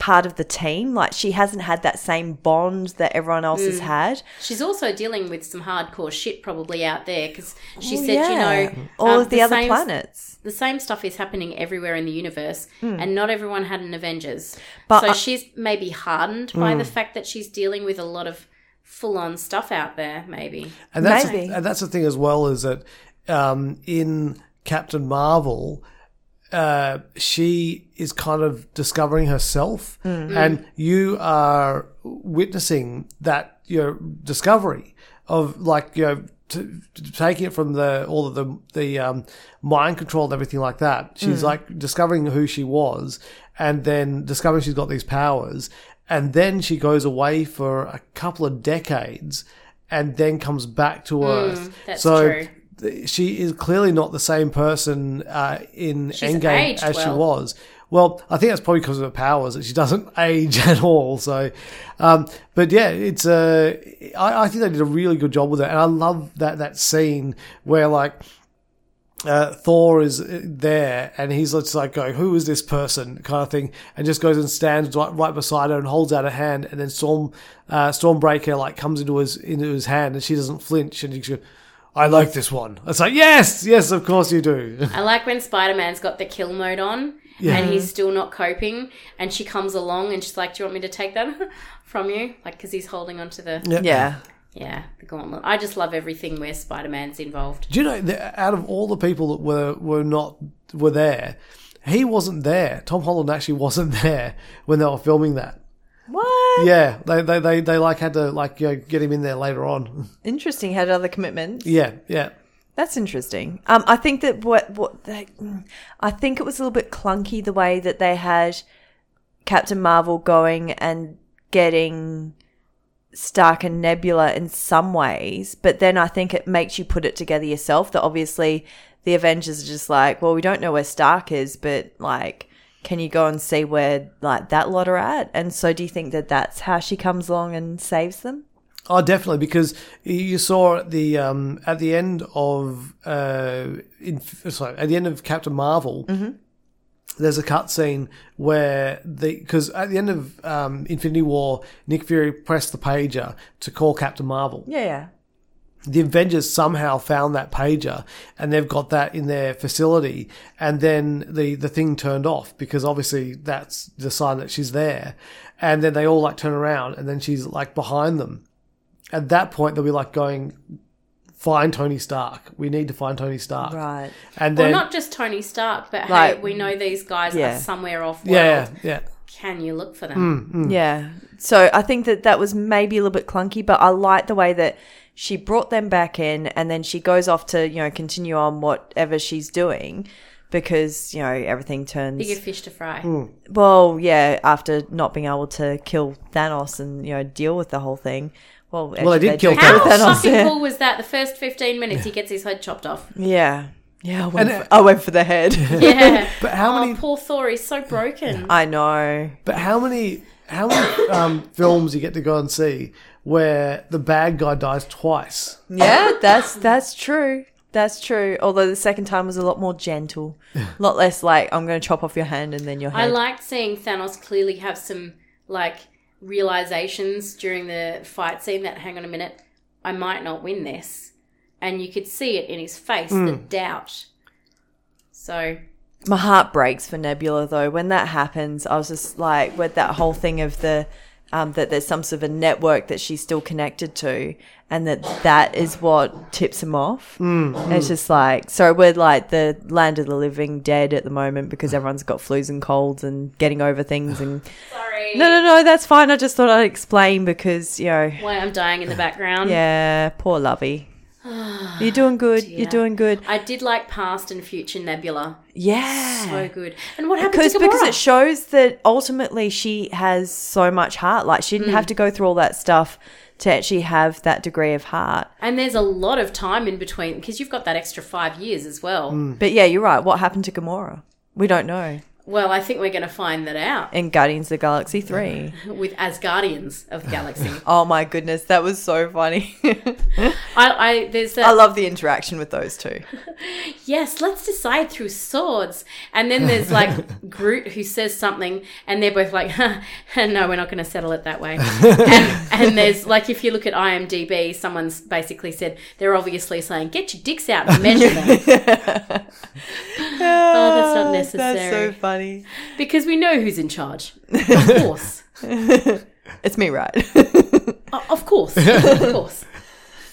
Speaker 1: part of the team. Like she hasn't had that same bond that everyone else
Speaker 2: Mm.
Speaker 1: has had.
Speaker 2: She's also dealing with some hardcore shit probably out there because she
Speaker 1: Oh,
Speaker 2: said,
Speaker 1: yeah.
Speaker 2: you know,
Speaker 1: all
Speaker 2: um,
Speaker 1: of the, other
Speaker 2: same,
Speaker 1: planets.
Speaker 2: The same stuff is happening everywhere in the universe, and not everyone had an Avengers.
Speaker 1: Hmm. But
Speaker 2: so
Speaker 1: I- Hmm.
Speaker 2: she's maybe hardened by the fact that she's dealing with a lot of full on stuff out there, maybe.
Speaker 3: And that's
Speaker 1: Maybe.
Speaker 3: and that's the thing as well is that um, in Captain Marvel, uh, she is kind of discovering herself,
Speaker 2: Mm.
Speaker 3: and you are witnessing that you know discovery of like you know. T- t- taking it from the all of the the um, mind control and everything like that, she's
Speaker 2: Mm.
Speaker 3: like discovering who she was, and then discovering she's got these powers, and then she goes away for a couple of decades, and then comes back to Earth.
Speaker 2: Mm. that's
Speaker 3: so
Speaker 2: true.
Speaker 3: th- she is clearly not the same person uh, in
Speaker 2: She's
Speaker 3: Endgame
Speaker 2: aged
Speaker 3: as she
Speaker 2: well.
Speaker 3: was. Well, I think that's probably because of her powers that she doesn't age at all. So, um, but yeah, it's uh, I, I think they did a really good job with it, and I love that that scene where like uh, Thor is uh, there and he's just like going, "Who is this person?" kind of thing, and just goes and stands right, right beside her and holds out a hand, and then Storm uh, Stormbreaker like comes into his into his hand, and she doesn't flinch, and she goes, "I like this one." It's like, "Yes, yes, of course you do."
Speaker 2: I like when Spider Man's got the kill mode on. And he's still not coping, and she comes along and she's like, "Do you want me to take that from you?" Like, because he's holding onto the
Speaker 1: Yeah.
Speaker 2: yeah the gauntlet. I just love everything where Spider Man's involved.
Speaker 3: Do you know that out of all the people that were were not were there, he wasn't there. Tom Holland actually wasn't there when they were filming that.
Speaker 1: What?
Speaker 3: Yeah, they they they, they like had to like you know, get him in there later on.
Speaker 1: Interesting. Had other commitments.
Speaker 3: yeah, yeah.
Speaker 1: That's interesting. Um, I think that what what they, mm, I think it was a little bit clunky the way that they had Captain Marvel going and getting Stark and Nebula in some ways, but then I think it makes you put it together yourself. That obviously the Avengers are just like, well, we don't know where Stark is, but like, can you go and see where like that lot are at? And so, do you think that that's how she comes along and saves them?
Speaker 3: Oh, definitely, because you saw at the um, at the end of uh, in, sorry, at the end of Captain Marvel, there's a cutscene where the because at the end of um, Infinity War, Nick Fury pressed the pager to call Captain Marvel.
Speaker 1: Yeah, yeah.
Speaker 3: The Avengers somehow found that pager and they've got that in their facility, and then the the thing turned off because obviously that's the sign that she's there, and then they all like turn around and then she's like behind them at that point they'll be like going find tony stark we need to find tony stark
Speaker 1: Right.
Speaker 3: and
Speaker 2: Well,
Speaker 3: then
Speaker 2: not just Tony Stark, but hey,
Speaker 1: Like,
Speaker 2: we know these guys
Speaker 1: yeah.
Speaker 2: are somewhere off world.
Speaker 3: yeah yeah
Speaker 2: Can you look for them?
Speaker 1: Yeah. So I think that that was maybe a little bit clunky, but I like the way that she brought them back in and then she goes off to, you know, continue on whatever she's doing because, you know, everything turns.
Speaker 2: Bigger fish to fry.
Speaker 1: Well, yeah, after not being able to kill Thanos and, you know, deal with the whole thing. Well,
Speaker 3: they
Speaker 1: actually,
Speaker 3: did kill
Speaker 1: do
Speaker 2: How
Speaker 3: Thanos.
Speaker 2: fucking
Speaker 1: yeah.
Speaker 2: cool was that? The first 15 minutes, he gets his head chopped off.
Speaker 1: Yeah. Yeah, I went, for, I went for the head.
Speaker 2: Yeah.
Speaker 3: but how
Speaker 2: oh,
Speaker 3: many
Speaker 2: poor Thor, he's so broken.
Speaker 1: I know.
Speaker 3: but how many how many um, films you get to go and see where the bad guy dies twice
Speaker 1: Yeah, that's that's true. That's true. Although the second time was a lot more gentle, a lot less like I'm going to chop off your hand and then your head.
Speaker 2: I liked seeing Thanos clearly have some like realizations during the fight scene that hang on a minute, I might not win this. And you could see it in his face, the doubt. So
Speaker 1: My heart breaks for Nebula though. When that happens, I was just like with that whole thing of the um, that there's some sort of a network that she's still connected to, and that that is what tips him off. Mm, it's just like so we're like the land of the living dead at the moment because everyone's got flus and colds and getting over things. And
Speaker 2: sorry.
Speaker 1: no, no, no, that's fine. I just thought I'd explain because you know,
Speaker 2: Why I'm dying in the background.
Speaker 1: yeah, poor Lovey. You're doing good. You're doing good.
Speaker 2: I did like past and future Nebula.
Speaker 1: Yeah.
Speaker 2: So good. And what happened
Speaker 1: because
Speaker 2: to Gamora?
Speaker 1: because it shows that ultimately she has so much heart. Like she didn't have
Speaker 2: Hmm.
Speaker 1: to go through all that stuff to actually have that degree of heart.
Speaker 2: and there's a lot of time in between because you've got that extra five years as well.
Speaker 1: But yeah, you're right. What happened to Gamora? We don't know.
Speaker 2: Well, I think we're going to find that out
Speaker 1: In Guardians of the Galaxy three.
Speaker 2: with as Guardians of the Galaxy.
Speaker 1: Oh my goodness, that was so funny.
Speaker 2: I, I there's that
Speaker 1: I love the interaction with those two.
Speaker 2: yes, let's decide through swords. And then there's like Groot who says something, and they're both like, huh, no, we're not going to settle it that way. and, and there's like, if you look at IMDb, someone's basically said, they're obviously saying, get your dicks out and measure them. oh, that's not necessary.
Speaker 1: That's so funny.
Speaker 2: because we know who's in charge. Of course.
Speaker 1: It's me, right?
Speaker 2: O- of course. Of course.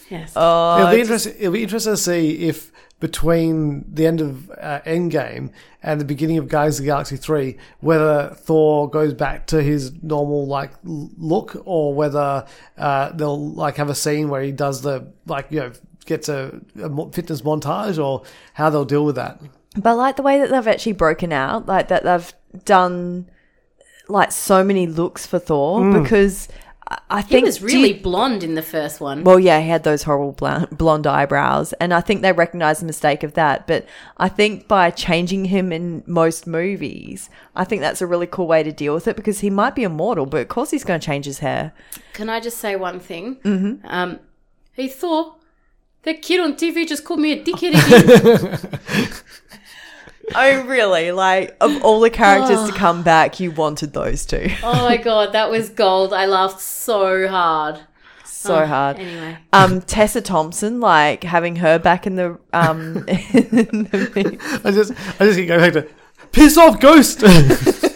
Speaker 2: Yes.
Speaker 1: Uh, Oh,
Speaker 3: it'll be interesting it'll be interesting to see if between the end of uh, Endgame and the beginning of Guardians of the Galaxy 3 whether Thor goes back to his normal like l- look or whether uh, they'll like have a scene where he does the like you know gets a, a mo- fitness montage or how they'll deal with that
Speaker 1: But I like the way that they've actually broken out, like that they've done like so many looks for Thor because I, I
Speaker 2: he
Speaker 1: think
Speaker 2: was
Speaker 1: do
Speaker 2: really
Speaker 1: you-
Speaker 2: blonde in the first one.
Speaker 1: well, yeah, he had those horrible blonde, blonde eyebrows, and I think they recognise the mistake of that. But I think by changing him in most movies, I think that's a really cool way to deal with it because he might be immortal, but of course he's going to change his hair.
Speaker 2: Can I just say one thing? Mm-hmm. Um, hey Thor, that kid on TV just called me a dickhead again.
Speaker 1: oh, really? Like of all the characters to come back, you wanted those two
Speaker 2: oh my god, that was gold. I laughed so hard.
Speaker 1: so hard.
Speaker 2: Anyway,
Speaker 1: um, Tessa Thompson, like having her back in the um, in the mix.
Speaker 3: I just I just keep going back to piss off ghost
Speaker 2: oh,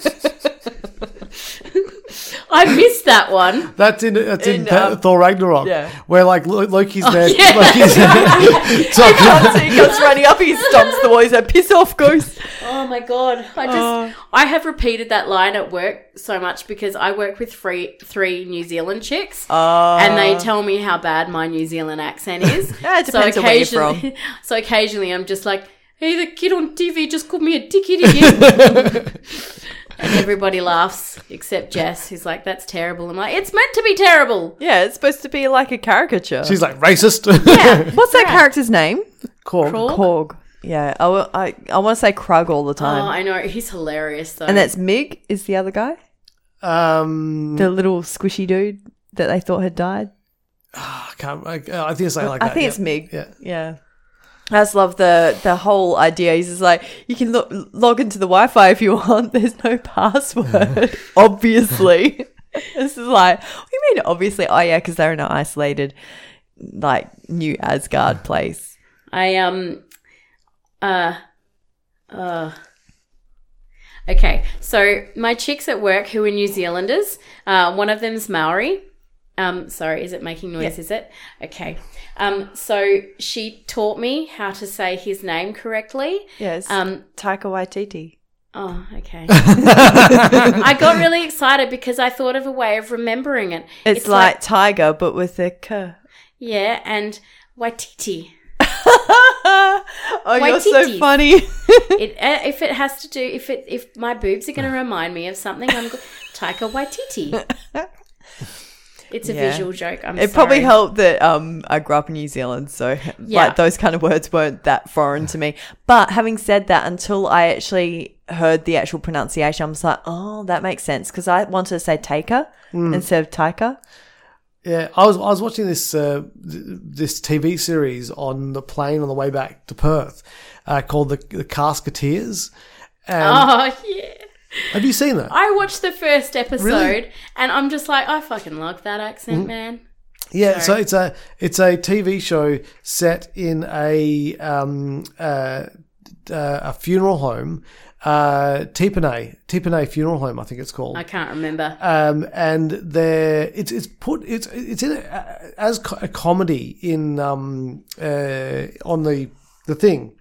Speaker 2: I missed that one.
Speaker 3: That's in that's in,
Speaker 1: In,
Speaker 3: Pa-
Speaker 1: um,
Speaker 3: Thor Ragnarok.
Speaker 1: yeah. Oh,
Speaker 3: Where like Lo- Loki's there.
Speaker 2: yeah.
Speaker 3: Loki's talking-
Speaker 1: comes, he comes running up, he stomps the wall, he's like, piss off, ghost.
Speaker 2: Oh my god! I just
Speaker 1: Oh.
Speaker 2: I have repeated that line at work so much because I work with three three New Zealand chicks,
Speaker 1: Uh,
Speaker 2: and they tell me how bad my New Zealand accent is.
Speaker 1: Yeah, it depends on where you're from.
Speaker 2: occasionally- So occasionally, I'm just like, "Hey, the kid on TV just called me a dickhead again," and everybody laughs except Jess, who's like, "That's terrible." I'm like, "It's meant to be terrible."
Speaker 1: yeah, it's supposed to be like a caricature.
Speaker 3: She's like racist.
Speaker 1: What's that character's name?
Speaker 3: Cool.
Speaker 2: Krog?
Speaker 1: Korg. Yeah, I, wa- I, I want to say Krug all the
Speaker 2: Oh,
Speaker 1: time.
Speaker 2: I know he's hilarious though.
Speaker 1: and that's Mig is the other guy,
Speaker 3: Um,
Speaker 1: the little squishy dude that they thought had died.
Speaker 3: I, can't, I, I think it's something like
Speaker 1: I
Speaker 3: that.
Speaker 1: think
Speaker 3: yeah.
Speaker 1: it's Mig.
Speaker 3: Yeah.
Speaker 1: Yeah. I just love the the whole idea. He's just like, you can lo- log into the Wi Fi if you want. There's no password, obviously. this is like, what do you mean, obviously? Oh, yeah, because they're in an isolated, like, new Asgard place.
Speaker 2: I um uh uh Okay, so my chicks at work who are New Zealanders, uh, one of them's Maori. Um, sorry, is it making noise? Is it okay? Um, so she taught me how to say his name correctly.
Speaker 1: Yes.
Speaker 2: Um,
Speaker 1: Taika Waititi.
Speaker 2: oh, okay. I got really excited because I thought of a way of remembering it.
Speaker 1: It's, like, Tiger, but with a K.
Speaker 2: yeah, and waititi.
Speaker 1: oh, you're so
Speaker 2: Waititi.
Speaker 1: funny.
Speaker 2: It, uh, if it has to do, if it, if my boobs are going to remind me of something, I'm go- Taika Waititi. It's a
Speaker 1: Yeah.
Speaker 2: visual joke. I'm
Speaker 1: It probably
Speaker 2: sorry.
Speaker 1: helped that um, I grew up in New Zealand, so
Speaker 2: Yeah.
Speaker 1: like those kind of words weren't that foreign to me. But having said that, until I actually heard the actual pronunciation, I was like, oh, that makes sense because I wanted to say taker
Speaker 2: Mm.
Speaker 1: instead of taika.
Speaker 3: Yeah, I was I was watching this uh, th- this TV series on the plane on the way back to Perth uh, called the the Casketeers. And
Speaker 2: Oh yeah,
Speaker 3: have you seen that?
Speaker 2: I watched the first episode
Speaker 3: Really?
Speaker 2: and I'm just like, I fucking love that
Speaker 1: Mm-hmm.
Speaker 2: accent, man.
Speaker 3: Yeah, so it's a it's a TV show set in a um uh, uh, a funeral home, uh Tipanay Tipanay funeral home, I think it's called.
Speaker 2: I can't remember.
Speaker 1: Uh,
Speaker 3: um, and there it's it's put it's it's in a, as co- a comedy in um, uh, on the the thing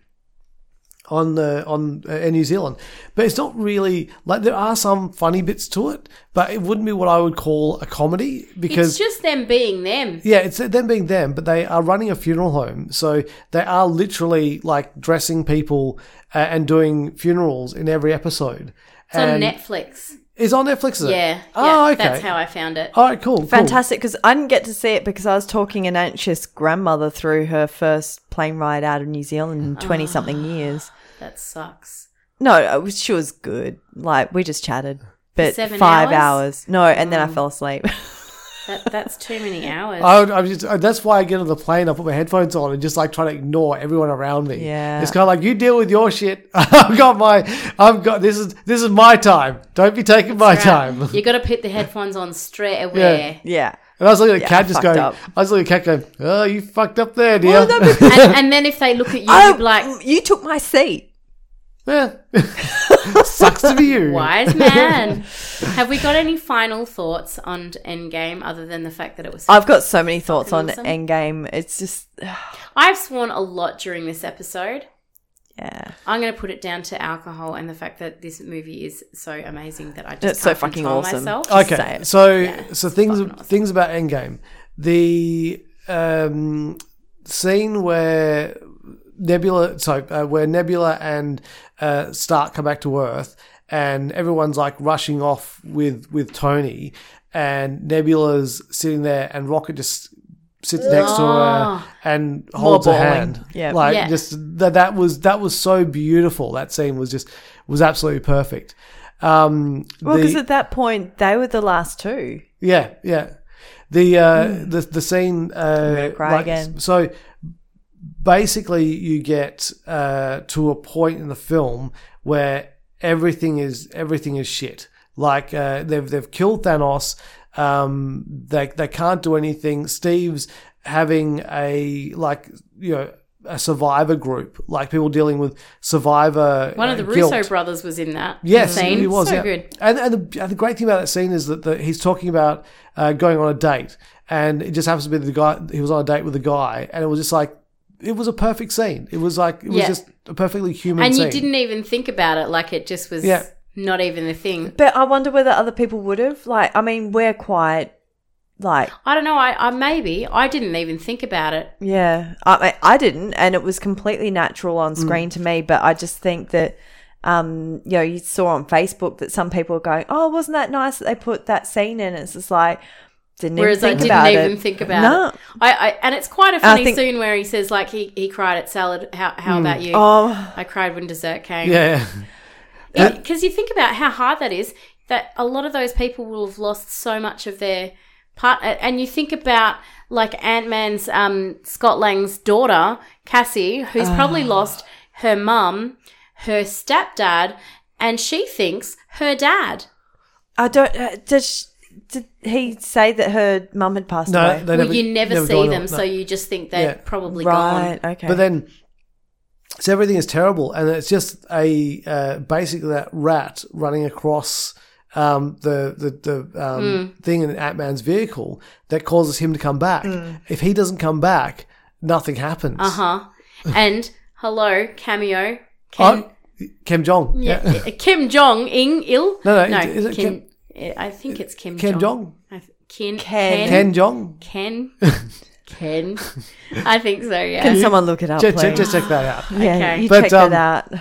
Speaker 3: on the on uh, Air New Zealand, but it's not really like there are some funny bits to it, but it wouldn't be what I would call a comedy because
Speaker 2: it's just them being them.
Speaker 3: yeah, it's them being them, but they are running a funeral home. So they are literally like dressing people uh, and doing funerals in every episode.
Speaker 2: It's on Netflix.
Speaker 3: It's on Netflix, is it?
Speaker 2: Yeah, yeah.
Speaker 3: Oh, okay.
Speaker 2: That's how I found it.
Speaker 3: All right, cool. cool.
Speaker 1: Fantastic because I didn't get to see it because I was talking an anxious grandmother through her first plane ride out of New Zealand in 20 something years.
Speaker 2: That sucks.
Speaker 1: No, it was, she was good. Like, we just chatted. But
Speaker 2: Seven
Speaker 1: five
Speaker 2: hours?
Speaker 1: hours.
Speaker 2: Mm.
Speaker 1: No, and then I fell asleep.
Speaker 2: That that's too many hours.
Speaker 3: I would, I'm just, uh, that's why I get on the plane, I put my headphones on and just like try to ignore everyone around me.
Speaker 1: Yeah.
Speaker 3: It's kind of like, you deal with your shit. I've got my, I've got, this is, this is my time. Don't be taking my
Speaker 2: Right.
Speaker 3: time.
Speaker 2: You got to put the headphones on straight away.
Speaker 1: yeah.
Speaker 3: And I was looking at Cat just
Speaker 1: fucked
Speaker 3: going,
Speaker 1: up.
Speaker 3: I was looking at Cat going, oh, you fucked up there, dear.
Speaker 2: and, and then if they look at you,
Speaker 1: I
Speaker 2: you'd be like,
Speaker 1: Oh, you took my seat.
Speaker 3: Yeah. Sucks to be you.
Speaker 2: Wise man. Have we got any final thoughts on Endgame other than the fact that it was?
Speaker 1: I've got so many thoughts on
Speaker 2: Fucking awesome.
Speaker 1: Endgame. It's just,
Speaker 2: I've sworn a lot during this episode.
Speaker 1: yeah,
Speaker 2: I'm going to put it down to alcohol and the fact that this movie is so amazing that I just
Speaker 1: That's so
Speaker 2: can't
Speaker 1: fucking
Speaker 2: control
Speaker 1: awesome.
Speaker 2: myself.
Speaker 1: say
Speaker 3: Okay,
Speaker 1: it.
Speaker 3: so so things
Speaker 2: fucking awesome.
Speaker 3: things about Endgame, the um, scene where Nebula, so uh, where Nebula and uh, Stark come back to Earth, and everyone's like rushing off with with Tony, and Nebula's sitting there, and Rocket just sits next to her
Speaker 2: Ah.
Speaker 3: and holds her
Speaker 1: bawling.
Speaker 3: hand.
Speaker 1: Yeah.
Speaker 3: like
Speaker 2: Yeah.
Speaker 3: just that that was that was so beautiful. That scene was just was absolutely perfect. Um,
Speaker 1: well,
Speaker 3: the-
Speaker 1: because at that point they were the last two.
Speaker 3: yeah, yeah. The uh,
Speaker 2: Hmm.
Speaker 3: the the scene. Uh,
Speaker 1: cry again.
Speaker 3: So basically, you get uh, to a point in the film where everything is everything is shit. Like uh, they've they've killed Thanos. Um, they they can't do anything. Steve's having a like you know a survivor group, like people dealing with survivor.
Speaker 2: One
Speaker 3: uh,
Speaker 2: of the
Speaker 3: guilt.
Speaker 2: Russo brothers was in that
Speaker 3: Yes,
Speaker 2: scene.
Speaker 3: he was.
Speaker 2: so
Speaker 3: yeah.
Speaker 2: good.
Speaker 3: And, and, the, and the great thing about that scene is that the, he's talking about uh, going on a date, and it just happens to be the guy. He was on a date with a guy, and it was just like it was a perfect scene. It was like it was
Speaker 2: Yeah.
Speaker 3: just a perfectly human.
Speaker 2: And
Speaker 3: scene.
Speaker 2: you didn't even think about it. Like it just was
Speaker 3: Yeah.
Speaker 2: not even the thing.
Speaker 1: But I wonder whether other people would have. Like, I mean, we're quite, like,
Speaker 2: I don't know. I, I maybe I didn't even think about it.
Speaker 1: yeah. I, I I didn't, and it was completely natural on screen
Speaker 3: Mm.
Speaker 1: to me. But I just think that, um, you know, you saw on Facebook that some people were going, "Oh, wasn't that nice that they put that scene in?" It's just like didn't
Speaker 2: Whereas I
Speaker 1: even think
Speaker 2: didn't
Speaker 1: about
Speaker 2: even
Speaker 1: it.
Speaker 2: think about
Speaker 1: No.
Speaker 2: it. I, I and it's quite a funny
Speaker 1: think-
Speaker 2: scene where he says like he, he cried at salad. How how about you?
Speaker 1: Oh,
Speaker 2: I cried when dessert came.
Speaker 3: Yeah,
Speaker 2: because you think about how hard that is that a lot of those people will have lost so much of their part and you think about like ant-man's um, scott lang's daughter cassie who's probably lost her mum her stepdad and she thinks her dad
Speaker 1: I don't. Uh, does sh- did he say that her mum had passed
Speaker 3: no,
Speaker 1: away?
Speaker 3: they
Speaker 2: well
Speaker 3: never,
Speaker 2: you never,
Speaker 3: go
Speaker 2: see
Speaker 3: on.
Speaker 2: them
Speaker 3: No.
Speaker 2: so you just think they're
Speaker 3: Yeah.
Speaker 2: probably
Speaker 1: right.
Speaker 2: gone
Speaker 1: Okay.
Speaker 3: But then, so everything is terrible, and it's just a uh, basically that rat running across um, the the, the um, thing in Ant Man's vehicle that causes him to come back. If he doesn't come back, nothing happens.
Speaker 2: uh-huh and hello cameo Ken,
Speaker 3: Oh, Kim Jong.
Speaker 2: yeah, uh, kim jong ing il
Speaker 3: No, no, is it
Speaker 2: kim, uh, i think it's kim, jong.
Speaker 3: Kim Jong.
Speaker 2: I th- Ken.
Speaker 1: Ken.
Speaker 3: Ken Jong.
Speaker 2: Ken. Ken. I think so, yeah.
Speaker 1: Can someone look it up,
Speaker 3: Just,
Speaker 1: please?
Speaker 3: just, just check that out.
Speaker 1: yeah,
Speaker 2: Okay.
Speaker 1: you
Speaker 3: But,
Speaker 1: check
Speaker 3: um,
Speaker 1: that out.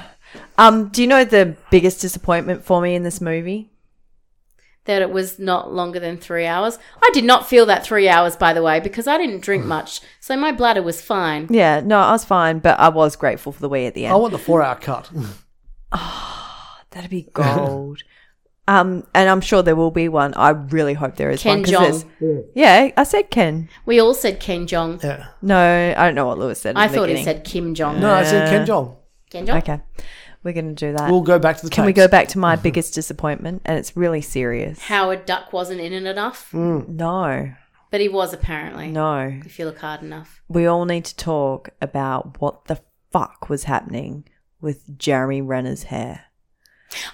Speaker 1: Um, do you know the biggest disappointment for me in this movie?
Speaker 2: that it was not longer than three hours. I did not feel that three hours, by the way, because I didn't
Speaker 3: Mm.
Speaker 2: drink much. So my bladder was fine.
Speaker 1: Yeah, no, I was fine, but I was grateful for the wee at the
Speaker 3: I
Speaker 1: end.
Speaker 3: want the four-hour cut.
Speaker 1: Oh, That'd be gold. um, and I'm sure there will be one. I really hope there is
Speaker 2: Ken
Speaker 1: one. 'cause
Speaker 2: Jong.
Speaker 1: it's- Yeah, I said Ken.
Speaker 2: We all said Ken Jong.
Speaker 3: Yeah.
Speaker 1: No, I don't know what Lewis said. in
Speaker 2: I
Speaker 1: the
Speaker 2: thought he
Speaker 1: beginning.
Speaker 2: said Kim Jong.
Speaker 3: No, I said Ken Jong.
Speaker 2: Ken Jong?
Speaker 1: Okay, we're gonna do that.
Speaker 3: We'll go back to the.
Speaker 1: Can we
Speaker 3: tapes.
Speaker 1: go back to my biggest disappointment? And it's really serious. Mm,
Speaker 2: Howard Duck wasn't in it enough,
Speaker 3: Mm.
Speaker 1: No,
Speaker 2: but he was apparently.
Speaker 1: no.
Speaker 2: If you look hard enough.
Speaker 1: We all need to talk about what the fuck was happening with Jeremy Renner's hair.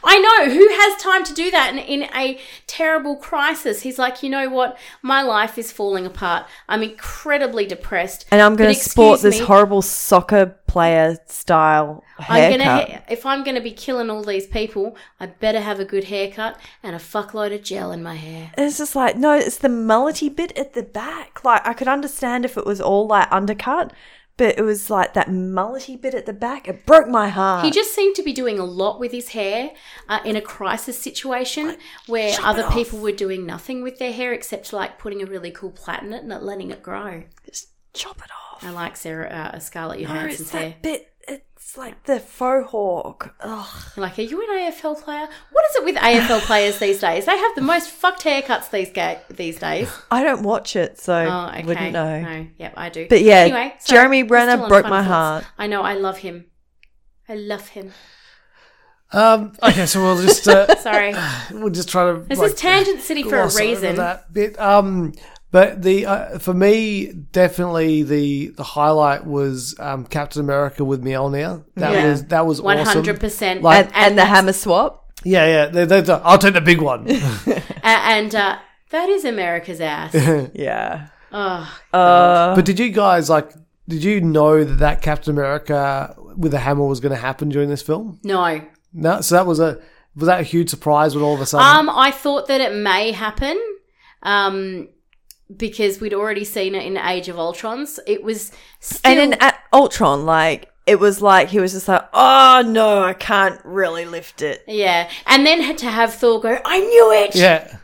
Speaker 2: I know. Who has time to do that in, in a terrible crisis? He's like, you know what? My life is falling apart. I'm incredibly depressed.
Speaker 1: And I'm going
Speaker 2: But
Speaker 1: to sport
Speaker 2: excuse
Speaker 1: this
Speaker 2: me,
Speaker 1: horrible soccer player style
Speaker 2: I'm
Speaker 1: haircut.
Speaker 2: gonna ha- if I'm gonna be killing all these people, I better have a good haircut and a fuckload of gel in my hair.
Speaker 1: And it's just like, no, it's the mullety bit at the back. Like, I could understand if it was all like undercut, but it was like that mullety bit at the back. It broke my heart.
Speaker 2: He just seemed to be doing a lot with his hair uh, in a crisis situation where other people were doing nothing with their hair except like putting a really cool plait in it and letting it grow.
Speaker 1: just chop it off.
Speaker 2: I like Sarah uh, Scarlett
Speaker 1: No,
Speaker 2: Johansson's
Speaker 1: it's that
Speaker 2: hair.
Speaker 1: bit. It's like the faux hawk. Ugh.
Speaker 2: Like, are you an AFL player? What is it with AFL players these days? They have the most fucked haircuts these ga- these days.
Speaker 1: I don't watch it, so
Speaker 2: Oh, okay.
Speaker 1: wouldn't know.
Speaker 2: No, yep, I do.
Speaker 1: But yeah,
Speaker 2: sorry,
Speaker 1: Jeremy
Speaker 2: we're
Speaker 1: Renner
Speaker 2: still on
Speaker 1: broke
Speaker 2: Fun
Speaker 1: my heart.
Speaker 2: Thoughts. I know. I love him. I love him.
Speaker 3: Um, okay, so we'll just uh,
Speaker 2: Sorry,
Speaker 3: we'll just try to.
Speaker 2: this
Speaker 3: like,
Speaker 2: is Tangent City for a
Speaker 3: gloss over
Speaker 2: reason.
Speaker 3: That bit. Um, but the uh, for me, definitely the the highlight was um, Captain America with Mjolnir. That
Speaker 2: Yeah.
Speaker 3: was that was
Speaker 2: One
Speaker 3: awesome.
Speaker 2: hundred percent.
Speaker 3: Like-
Speaker 1: And, and the hammer swap.
Speaker 3: Yeah, yeah. They, they, they- I'll take the big one.
Speaker 2: and uh, that is America's ass.
Speaker 1: Yeah.
Speaker 2: oh,
Speaker 1: Uh,
Speaker 3: but did you guys like? Did you know that that Captain America with a hammer was going to happen during this film?
Speaker 2: no.
Speaker 3: No. So that was a was that a huge surprise when all of a sudden.
Speaker 2: Um, I thought that it may happen. Um. Because we'd already seen it in Age of Ultrons, it was still
Speaker 1: and in at Ultron, like it was like he was just like, oh no, I can't really lift it.
Speaker 2: yeah. And then had to have Thor go, "I knew it."
Speaker 3: yeah.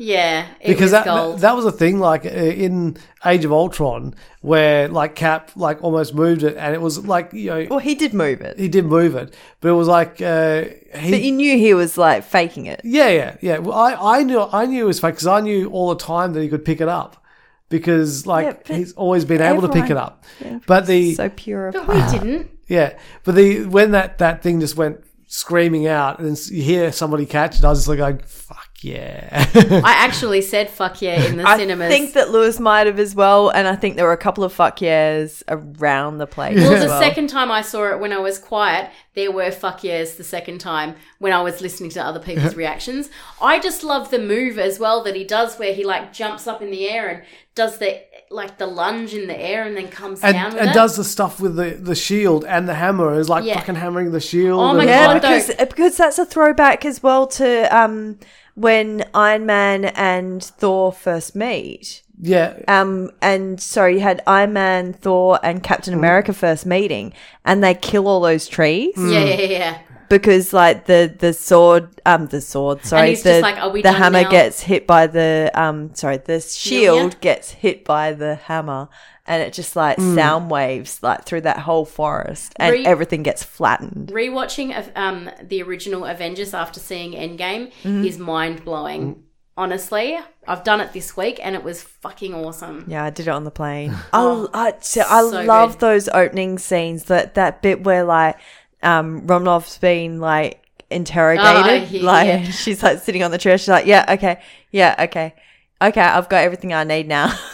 Speaker 2: Yeah, it
Speaker 3: because
Speaker 2: was
Speaker 3: that,
Speaker 2: gold.
Speaker 3: that was a thing like uh, in Age of Ultron where like Cap like almost moved it and it was like you know
Speaker 1: Well, he did move it,
Speaker 3: he did move it but it was like uh, he
Speaker 1: but you knew he was like faking it.
Speaker 3: yeah yeah yeah well, I I knew I knew it was fake because I knew all the time that he could pick it up because
Speaker 1: Yeah,
Speaker 3: like
Speaker 1: but
Speaker 3: he's always been able to pick it
Speaker 1: everyone-
Speaker 3: up but the
Speaker 1: So pure. of
Speaker 2: but we didn't.
Speaker 3: yeah but the when that that thing just went screaming out, and you hear somebody catch it. I was just like, going, "Fuck yeah!"
Speaker 2: I actually said fuck yeah in the
Speaker 1: I
Speaker 2: cinemas.
Speaker 1: think that Lewis might have as well, and I think there were a couple of fuck yeahs around the place.
Speaker 2: well,
Speaker 1: as
Speaker 2: the second time I saw it when I was quiet, there were fuck yeahs the second time when I was listening to other people's reactions. I just love the move as well that he does where he like jumps up in the air and does the like the lunge in the air and then comes
Speaker 3: and
Speaker 2: down with
Speaker 3: and
Speaker 2: it.
Speaker 3: does the stuff with the, the shield and the hammer is like
Speaker 2: Yeah.
Speaker 3: fucking hammering the shield.
Speaker 2: Oh my God,
Speaker 3: and,
Speaker 1: Yeah,
Speaker 3: like-
Speaker 2: though.
Speaker 1: because uh, because that's a throwback as well to um when Iron Man and Thor first meet.
Speaker 3: yeah,
Speaker 1: Um, and so you had Iron Man, Thor, and Captain
Speaker 2: Mm.
Speaker 1: America first meeting, and they kill all those trees
Speaker 2: yeah, yeah, yeah, yeah.
Speaker 1: because like the the sword, um, the sword, sorry,
Speaker 2: he's
Speaker 1: the
Speaker 2: just like, "Are we
Speaker 1: the
Speaker 2: done
Speaker 1: hammer
Speaker 2: now?"
Speaker 1: gets hit by the um, sorry, the shield
Speaker 2: yeah?
Speaker 1: gets hit by the hammer, and it just like sound waves like through that whole forest, and
Speaker 2: Mm. Re-
Speaker 1: everything gets flattened.
Speaker 2: Rewatching of, um, the original Avengers after seeing Endgame
Speaker 1: Mm-hmm.
Speaker 2: is mind blowing. Honestly, I've done it this week and it was fucking awesome.
Speaker 1: Yeah, I did it on the plane. Oh, I, I, so I
Speaker 2: Oh, so
Speaker 1: love
Speaker 2: good.
Speaker 1: those opening scenes. That that bit where like um Romanov's being like interrogated,
Speaker 2: Oh, yeah,
Speaker 1: like
Speaker 2: yeah.
Speaker 1: she's like sitting on the chair. She's like, yeah, okay, yeah, okay, okay. I've got everything I need now.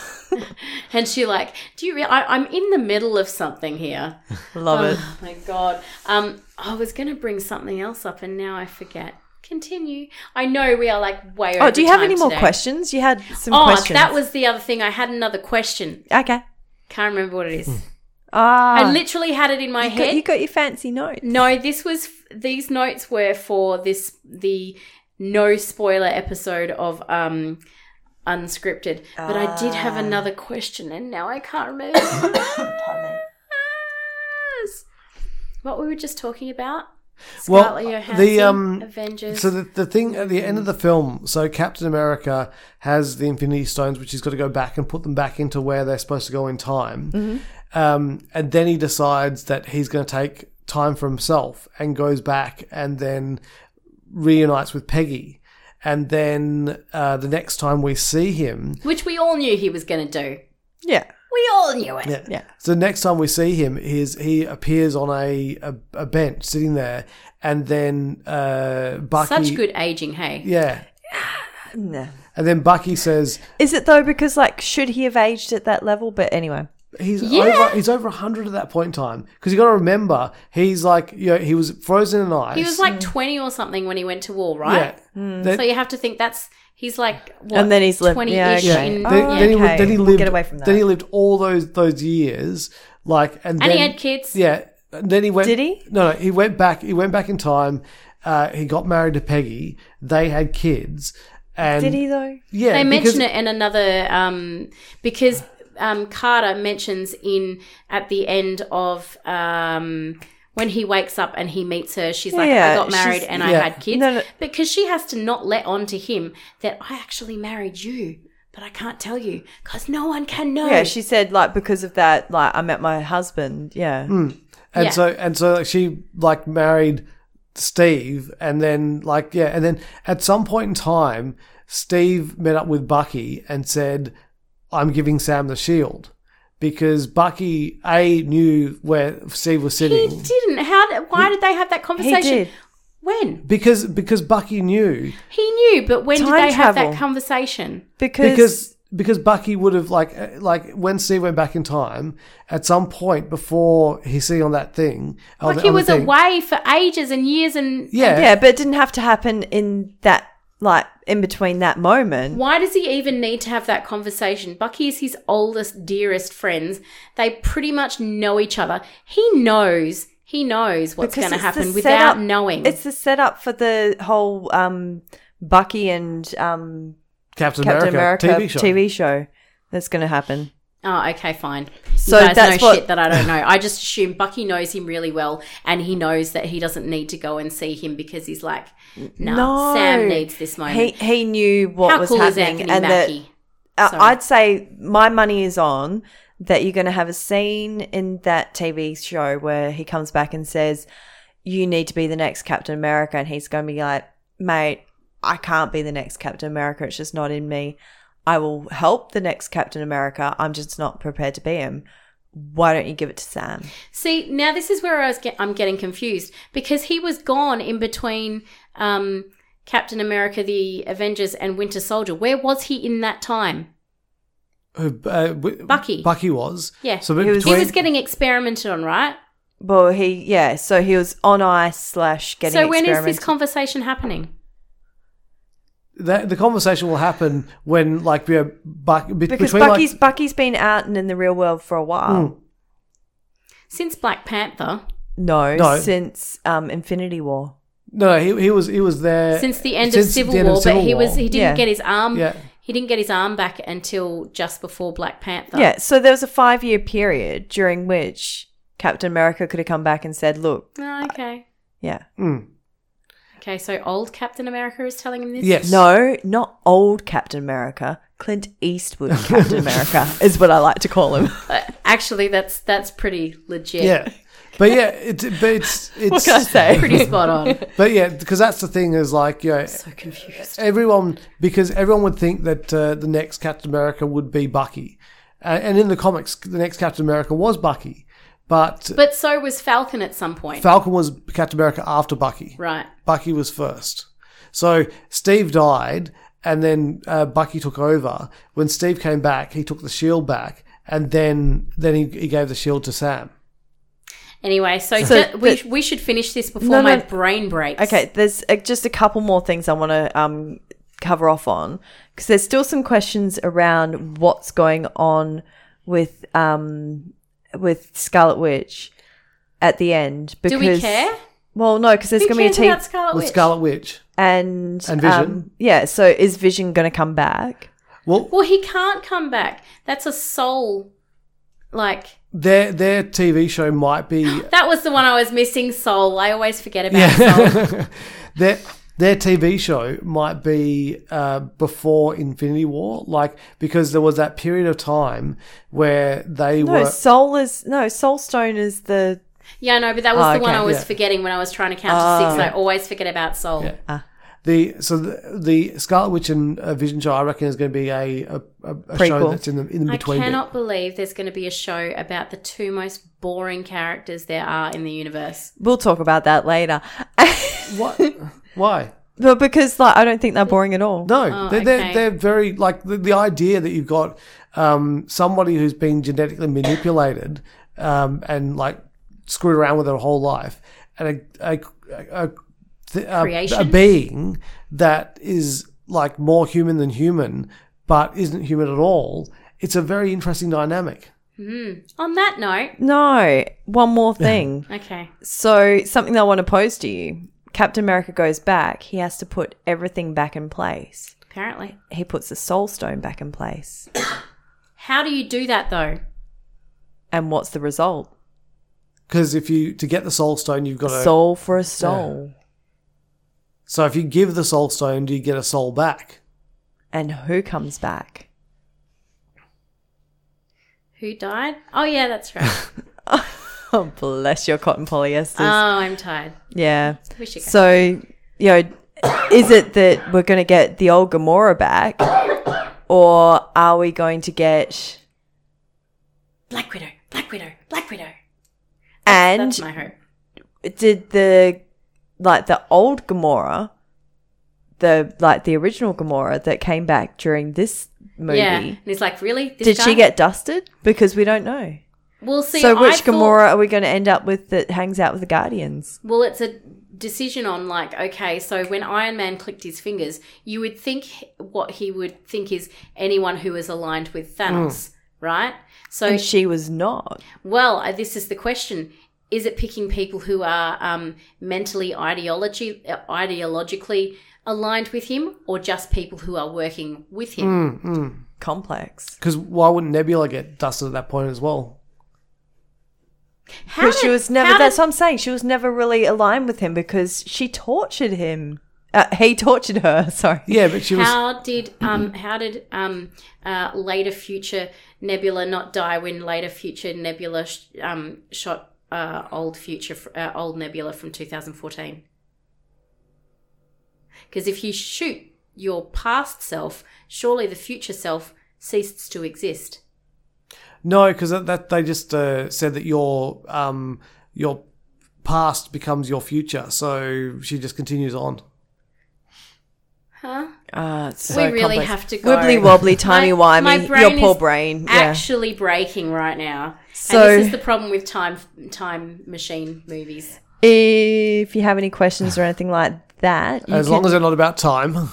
Speaker 2: And she like, do you? Re- I, I'm in the middle of something here.
Speaker 1: love it.
Speaker 2: Oh my god. Um, I was gonna bring something else up and now I forget. Continue. I know we are like way.
Speaker 1: Oh,
Speaker 2: over
Speaker 1: do you have
Speaker 2: time
Speaker 1: any more
Speaker 2: today.
Speaker 1: questions? You had some
Speaker 2: Oh,
Speaker 1: questions.
Speaker 2: that was the other thing. I had another question.
Speaker 1: okay.
Speaker 2: Can't remember what it is.
Speaker 1: Ah,
Speaker 2: I literally had it in my
Speaker 1: you,
Speaker 2: head.
Speaker 1: got, you got your fancy note.
Speaker 2: No, this was these notes were for this the no spoiler episode of um unscripted. But I did have
Speaker 3: Ah.
Speaker 2: another question and now I can't remember. Yes. what we were just talking about?
Speaker 3: Well,
Speaker 2: Scarlett Johansson,
Speaker 3: the, um,
Speaker 2: Avengers.
Speaker 3: So the, the thing at the end of the film, so Captain America has the Infinity Stones, which he's got to go back and put them back into where they're supposed to go in time.
Speaker 2: Mm-hmm.
Speaker 3: Um, and then he decides that he's going to take time for himself and goes back and then reunites with Peggy. And then uh, the next time we see him,
Speaker 2: which we all knew he was going to do.
Speaker 1: Yeah.
Speaker 2: We all knew it.
Speaker 3: yeah.
Speaker 1: Yeah.
Speaker 3: So next time we see him, is he appears on a, a, a bench sitting there, and then uh, Bucky.
Speaker 2: Such good aging, hey.
Speaker 3: Yeah.
Speaker 1: No.
Speaker 3: And then Bucky says,
Speaker 1: Is it though? Because like, should he have aged at that level? But anyway.
Speaker 3: He's
Speaker 2: Yeah.
Speaker 3: over. He's over hundred at that point in time because you got to remember he's like you know, he was frozen in ice.
Speaker 2: He was like 20 or something when he went to war, right?
Speaker 3: yeah.
Speaker 1: Hmm.
Speaker 3: Then,
Speaker 2: So you have to think that's he's like what,
Speaker 1: And then he's lived-
Speaker 2: 20
Speaker 1: yeah,
Speaker 2: ish
Speaker 3: yeah.
Speaker 1: okay.
Speaker 2: in
Speaker 3: Then,
Speaker 1: Oh,
Speaker 3: then he,
Speaker 1: okay.
Speaker 3: then he
Speaker 1: We'll
Speaker 3: lived.
Speaker 1: get away from
Speaker 3: Then
Speaker 1: that.
Speaker 3: he lived all those those years like and
Speaker 2: and
Speaker 3: then
Speaker 2: he had kids.
Speaker 3: yeah. And then he went.
Speaker 1: Did he?
Speaker 3: No, no. He went back. He went back in time. Uh, he got married to Peggy. They had kids. And
Speaker 1: Did he though?
Speaker 3: Yeah.
Speaker 2: They
Speaker 3: because-
Speaker 2: mention it in another um, because um, Carter mentions in at the end of um, when he wakes up and he meets her. She's like,
Speaker 1: Yeah,
Speaker 2: "I got married
Speaker 1: she's-
Speaker 2: and I
Speaker 3: yeah.
Speaker 2: had kids,"
Speaker 1: No, no.
Speaker 2: because she has to not let on to him that I actually married you, but I can't tell you because no one can know.
Speaker 1: Yeah, she said like because of that, like I met my husband. Yeah,
Speaker 3: and
Speaker 2: Yeah.
Speaker 3: so and so like she like married Steve and then like yeah and then at some point in time Steve met up with Bucky and said I'm giving Sam the shield because Bucky A knew where Steve was
Speaker 2: He
Speaker 3: sitting
Speaker 2: didn't. How? did- Why did they have that
Speaker 1: he
Speaker 2: conversation?
Speaker 1: did.
Speaker 2: When
Speaker 3: because because Bucky knew
Speaker 2: he knew, but when did
Speaker 1: Time
Speaker 2: they have
Speaker 1: travel.
Speaker 2: that conversation?
Speaker 1: Because,
Speaker 3: because because Bucky would have like uh, like when Steve went back in time at some point before he see on that thing on the-
Speaker 2: Like he
Speaker 3: on the
Speaker 2: was
Speaker 3: thing-
Speaker 2: away for ages and years and
Speaker 3: yeah
Speaker 1: yeah, but it didn't have to happen in that like in between that moment.
Speaker 2: Why does he even need to have that conversation? Bucky is his oldest, dearest friends. They pretty much know each other. He knows. He knows what's
Speaker 1: Because
Speaker 2: going to
Speaker 1: it's the
Speaker 2: happen without
Speaker 1: setup-
Speaker 2: knowing.
Speaker 1: It's the setup for the whole um, Bucky and um,
Speaker 3: Captain,
Speaker 1: Captain America,
Speaker 3: America, TV show
Speaker 1: that's going to happen.
Speaker 2: oh, okay, fine.
Speaker 1: So
Speaker 2: you guys
Speaker 1: that's
Speaker 2: know
Speaker 1: what-
Speaker 2: shit that I don't know. I just assume Bucky knows him really well, and he knows that he doesn't need to go and see him because he's like, nah,
Speaker 1: No.
Speaker 2: Sam needs this moment.
Speaker 1: He he knew what
Speaker 2: How
Speaker 1: was
Speaker 2: cool is
Speaker 1: happening,
Speaker 2: Anthony
Speaker 1: and that
Speaker 2: Mackie?
Speaker 1: uh,
Speaker 2: Sorry.
Speaker 1: I'd say my money is on that you're going to have a scene in that TV show where he comes back and says, You need to be the next Captain America. And he's going to be like, Mate, I can't be the next Captain America. It's just not in me. I will help the next Captain America. I'm just not prepared to be him. why don't you give it to Sam?
Speaker 2: See, now this is where I was get, I'm getting confused because he was gone in between um, Captain America, the Avengers, and Winter Soldier. Where was he in that time?
Speaker 3: Who, uh, w-
Speaker 2: Bucky.
Speaker 3: Bucky was.
Speaker 2: Yeah.
Speaker 3: So
Speaker 1: He was-
Speaker 2: He
Speaker 3: between,
Speaker 2: was getting experimented on, right?
Speaker 1: Well, he yeah, so he was on ice slash getting.
Speaker 2: so when is this
Speaker 1: experimented-
Speaker 2: conversation happening?
Speaker 3: that, the conversation will happen when like we are Buck, be-
Speaker 1: because
Speaker 3: between
Speaker 1: Bucky's
Speaker 3: like,
Speaker 1: Bucky's been out and in the real world for a while.
Speaker 3: Mm.
Speaker 2: Since Black Panther,
Speaker 1: No,
Speaker 3: No.
Speaker 1: since um, Infinity War.
Speaker 3: no, he, he was he was there
Speaker 2: since the end of
Speaker 3: Uh, since
Speaker 2: Civil
Speaker 3: the end
Speaker 2: War,
Speaker 3: Civil
Speaker 2: but he was
Speaker 3: War.
Speaker 2: he didn't
Speaker 1: Yeah.
Speaker 2: get his arm
Speaker 3: Yeah.
Speaker 2: he didn't get his arm back until just before Black Panther.
Speaker 1: Yeah, so there was a five year period during which Captain America could have come back and said, "Look,
Speaker 2: Oh, okay.
Speaker 1: yeah,
Speaker 3: Mm.
Speaker 2: Okay, so old Captain America is telling him this.
Speaker 3: Yes.
Speaker 1: no, not old Captain America, Clint Eastwood Captain America is what I like to call him."
Speaker 2: Uh, actually, that's that's pretty legit.
Speaker 3: Yeah. But yeah, it's but it's it's
Speaker 1: what can I say?
Speaker 2: pretty spot on.
Speaker 3: But yeah, because that's the thing is like you know,
Speaker 2: so confused.
Speaker 3: everyone because everyone would think that uh, the next Captain America would be Bucky, uh, and in the comics, the next Captain America was Bucky, but
Speaker 2: But so was Falcon at some point,
Speaker 3: Falcon was Captain America after Bucky.
Speaker 2: right?
Speaker 3: Bucky was first. So Steve died, and then uh, Bucky took over. When Steve came back, he took the shield back, and then then he, he gave the shield to Sam.
Speaker 2: Anyway, so,
Speaker 1: So,
Speaker 2: ju- we,
Speaker 1: but-
Speaker 2: we should finish this before
Speaker 1: No, no.
Speaker 2: my brain breaks.
Speaker 1: Okay, there's uh, just a couple more things I want to um, cover off on because there's still some questions around what's going on with um, with Scarlet Witch at the end. Because,
Speaker 2: do we care?
Speaker 1: Well, no, because there's
Speaker 2: Who
Speaker 1: going to be a
Speaker 2: cares
Speaker 1: team
Speaker 2: about Scarlet
Speaker 3: With
Speaker 2: Witch?
Speaker 3: Scarlet Witch.
Speaker 1: and
Speaker 3: And Vision?
Speaker 1: um, yeah, so is Vision going to come back?
Speaker 3: Well,
Speaker 2: Well, he can't come back. That's a soul. Like
Speaker 3: their their TV show might be
Speaker 2: that was the one I was missing. Soul. I always forget about Soul.
Speaker 3: Yeah. their their TV show might be uh, before Infinity War, like because there was that period of time where they
Speaker 1: No,
Speaker 3: were.
Speaker 1: Soul is no Soul Stone is the
Speaker 2: Yeah, no, but that was
Speaker 1: Oh,
Speaker 2: the one
Speaker 1: okay. Oh.
Speaker 2: I was
Speaker 3: Yeah.
Speaker 2: forgetting when I was trying to count to six. I always forget about Soul.
Speaker 3: Yeah. The so the, the Scarlet Witch and uh, Vision show I reckon is going to be a a, a, a show
Speaker 1: Prequel.
Speaker 3: that's in the in the
Speaker 2: I
Speaker 3: between. bit.
Speaker 2: cannot believe there's going to be a show about the two most boring characters there are in the universe.
Speaker 1: we'll talk about that later.
Speaker 3: What? Why?
Speaker 1: but because like I don't think they're boring at all.
Speaker 3: No, they're, they're,
Speaker 2: okay.
Speaker 3: they're very like the, the idea that you've got um, somebody who's been genetically manipulated um, and like screwed around with their whole life, and a a, a, th- a,
Speaker 2: Creation?
Speaker 3: a being that is like more human than human, but isn't human at all. It's a very interesting dynamic.
Speaker 2: Hmm. On that note,
Speaker 1: No, one more thing.
Speaker 2: okay.
Speaker 1: So, something that I want to pose to you Captain America goes back. He has to put everything back in place.
Speaker 2: Apparently,
Speaker 1: He puts the soul stone back in place.
Speaker 2: how do you do that though?
Speaker 1: And what's the result?
Speaker 3: Because if you to get the soul stone, you've got
Speaker 1: A
Speaker 3: to.
Speaker 1: soul for a soul.
Speaker 3: so if you give the soul stone, do you get a soul back?
Speaker 1: And who comes back?
Speaker 2: Who died? Oh yeah, that's right.
Speaker 1: Oh, bless your cotton polyesters.
Speaker 2: oh, I'm tired.
Speaker 1: yeah.
Speaker 2: We should go.
Speaker 1: So, you know, is it that we're going to get the old Gamora back? Or are we going to get.
Speaker 2: Black Widow, Black Widow, Black Widow.
Speaker 1: And
Speaker 2: That's my hope.
Speaker 1: did the like the old Gamora, the like the original Gamora that came back during this movie,
Speaker 2: Yeah, and he's like, really? This
Speaker 1: did
Speaker 2: guy?
Speaker 1: she get dusted? Because we don't know.
Speaker 2: We'll see.
Speaker 1: so
Speaker 2: I
Speaker 1: which
Speaker 2: thought-
Speaker 1: Gamora are we going to end up with that hangs out with the Guardians?
Speaker 2: Well, it's a decision on like, okay, so when Iron Man clicked his fingers, you would think h- what he would think is anyone who is aligned with Thanos, right? So,
Speaker 1: And she was not.
Speaker 2: well, uh, this is the question. Is it picking people who are um, mentally ideology uh, ideologically aligned with him, or just people who are working with him?
Speaker 1: Hmm. Complex
Speaker 3: Because why wouldn't Nebula get dusted at that point as well?
Speaker 2: How
Speaker 1: because she
Speaker 2: did-
Speaker 1: was never.
Speaker 2: how
Speaker 1: That's
Speaker 2: did-
Speaker 1: what I'm saying. She was never really aligned with him because she tortured him. Uh, he tortured her. Sorry.
Speaker 3: Yeah, but she was.
Speaker 2: how did um how did um uh later future nebula not die when later future nebula sh- um shot uh old future fr- uh, old nebula from 2014 because if you shoot your past self surely the future self ceases to exist
Speaker 3: No, because that, that they just uh, said that your um your past becomes your future, so she just continues on.
Speaker 2: Huh?
Speaker 1: Ah, it's
Speaker 2: We
Speaker 1: so
Speaker 2: really
Speaker 1: complex.
Speaker 2: have to go.
Speaker 1: Wibbly wobbly, timey
Speaker 2: My- my
Speaker 1: wimey,
Speaker 2: brain
Speaker 1: your poor
Speaker 2: is
Speaker 1: brain. Yeah.
Speaker 2: Actually breaking right now.
Speaker 1: So-
Speaker 2: and this is the problem with time time machine movies.
Speaker 1: If you have any questions or anything like that, you
Speaker 3: As long as they're not about time.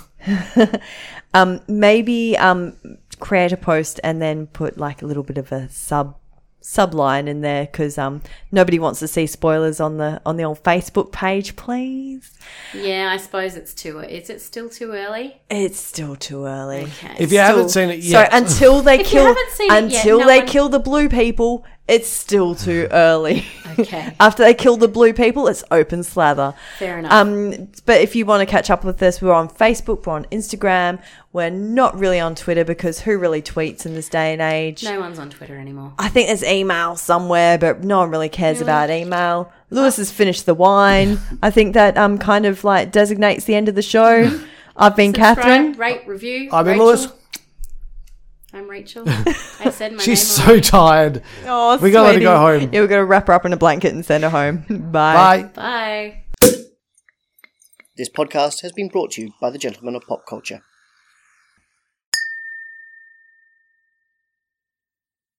Speaker 1: um, maybe um, create a post and then put like a little bit of a sub subline in there because um, nobody wants to see spoilers on the on the old Facebook page, please.
Speaker 2: Yeah, I suppose it's too. Is it still too early?
Speaker 1: It's still too early.
Speaker 2: Okay.
Speaker 3: If you haven't seen it
Speaker 1: So
Speaker 3: yet,
Speaker 1: until they
Speaker 2: If you
Speaker 1: kill
Speaker 2: haven't seen it yet,
Speaker 1: until
Speaker 2: no
Speaker 1: they
Speaker 2: one-
Speaker 1: kill the blue people, it's still too early.
Speaker 2: Okay.
Speaker 1: After they kill the blue people, it's open slather.
Speaker 2: Fair enough.
Speaker 1: Um, but if you want to catch up with us, we're on Facebook, we're on Instagram, we're not really on Twitter because who really tweets in this day and age?
Speaker 2: no one's on Twitter anymore.
Speaker 1: I think there's email somewhere, but no one really cares about email. Lewis has finished the wine. I think that um kind of like designates the end of the show. I've been Catherine.
Speaker 2: Subscribe, rate, review.
Speaker 3: I'm in
Speaker 2: Rachel.
Speaker 3: Lewis.
Speaker 2: I'm Rachel. I said my name.
Speaker 3: She's
Speaker 2: already.
Speaker 3: so tired.
Speaker 1: Oh,
Speaker 3: We gotta
Speaker 1: sweetie.
Speaker 3: go home.
Speaker 1: Yeah, we're gonna wrap her up in a blanket and send her home.
Speaker 3: Bye.
Speaker 2: Bye.
Speaker 4: This podcast has been brought to you by the Gentlemen of Pop Culture.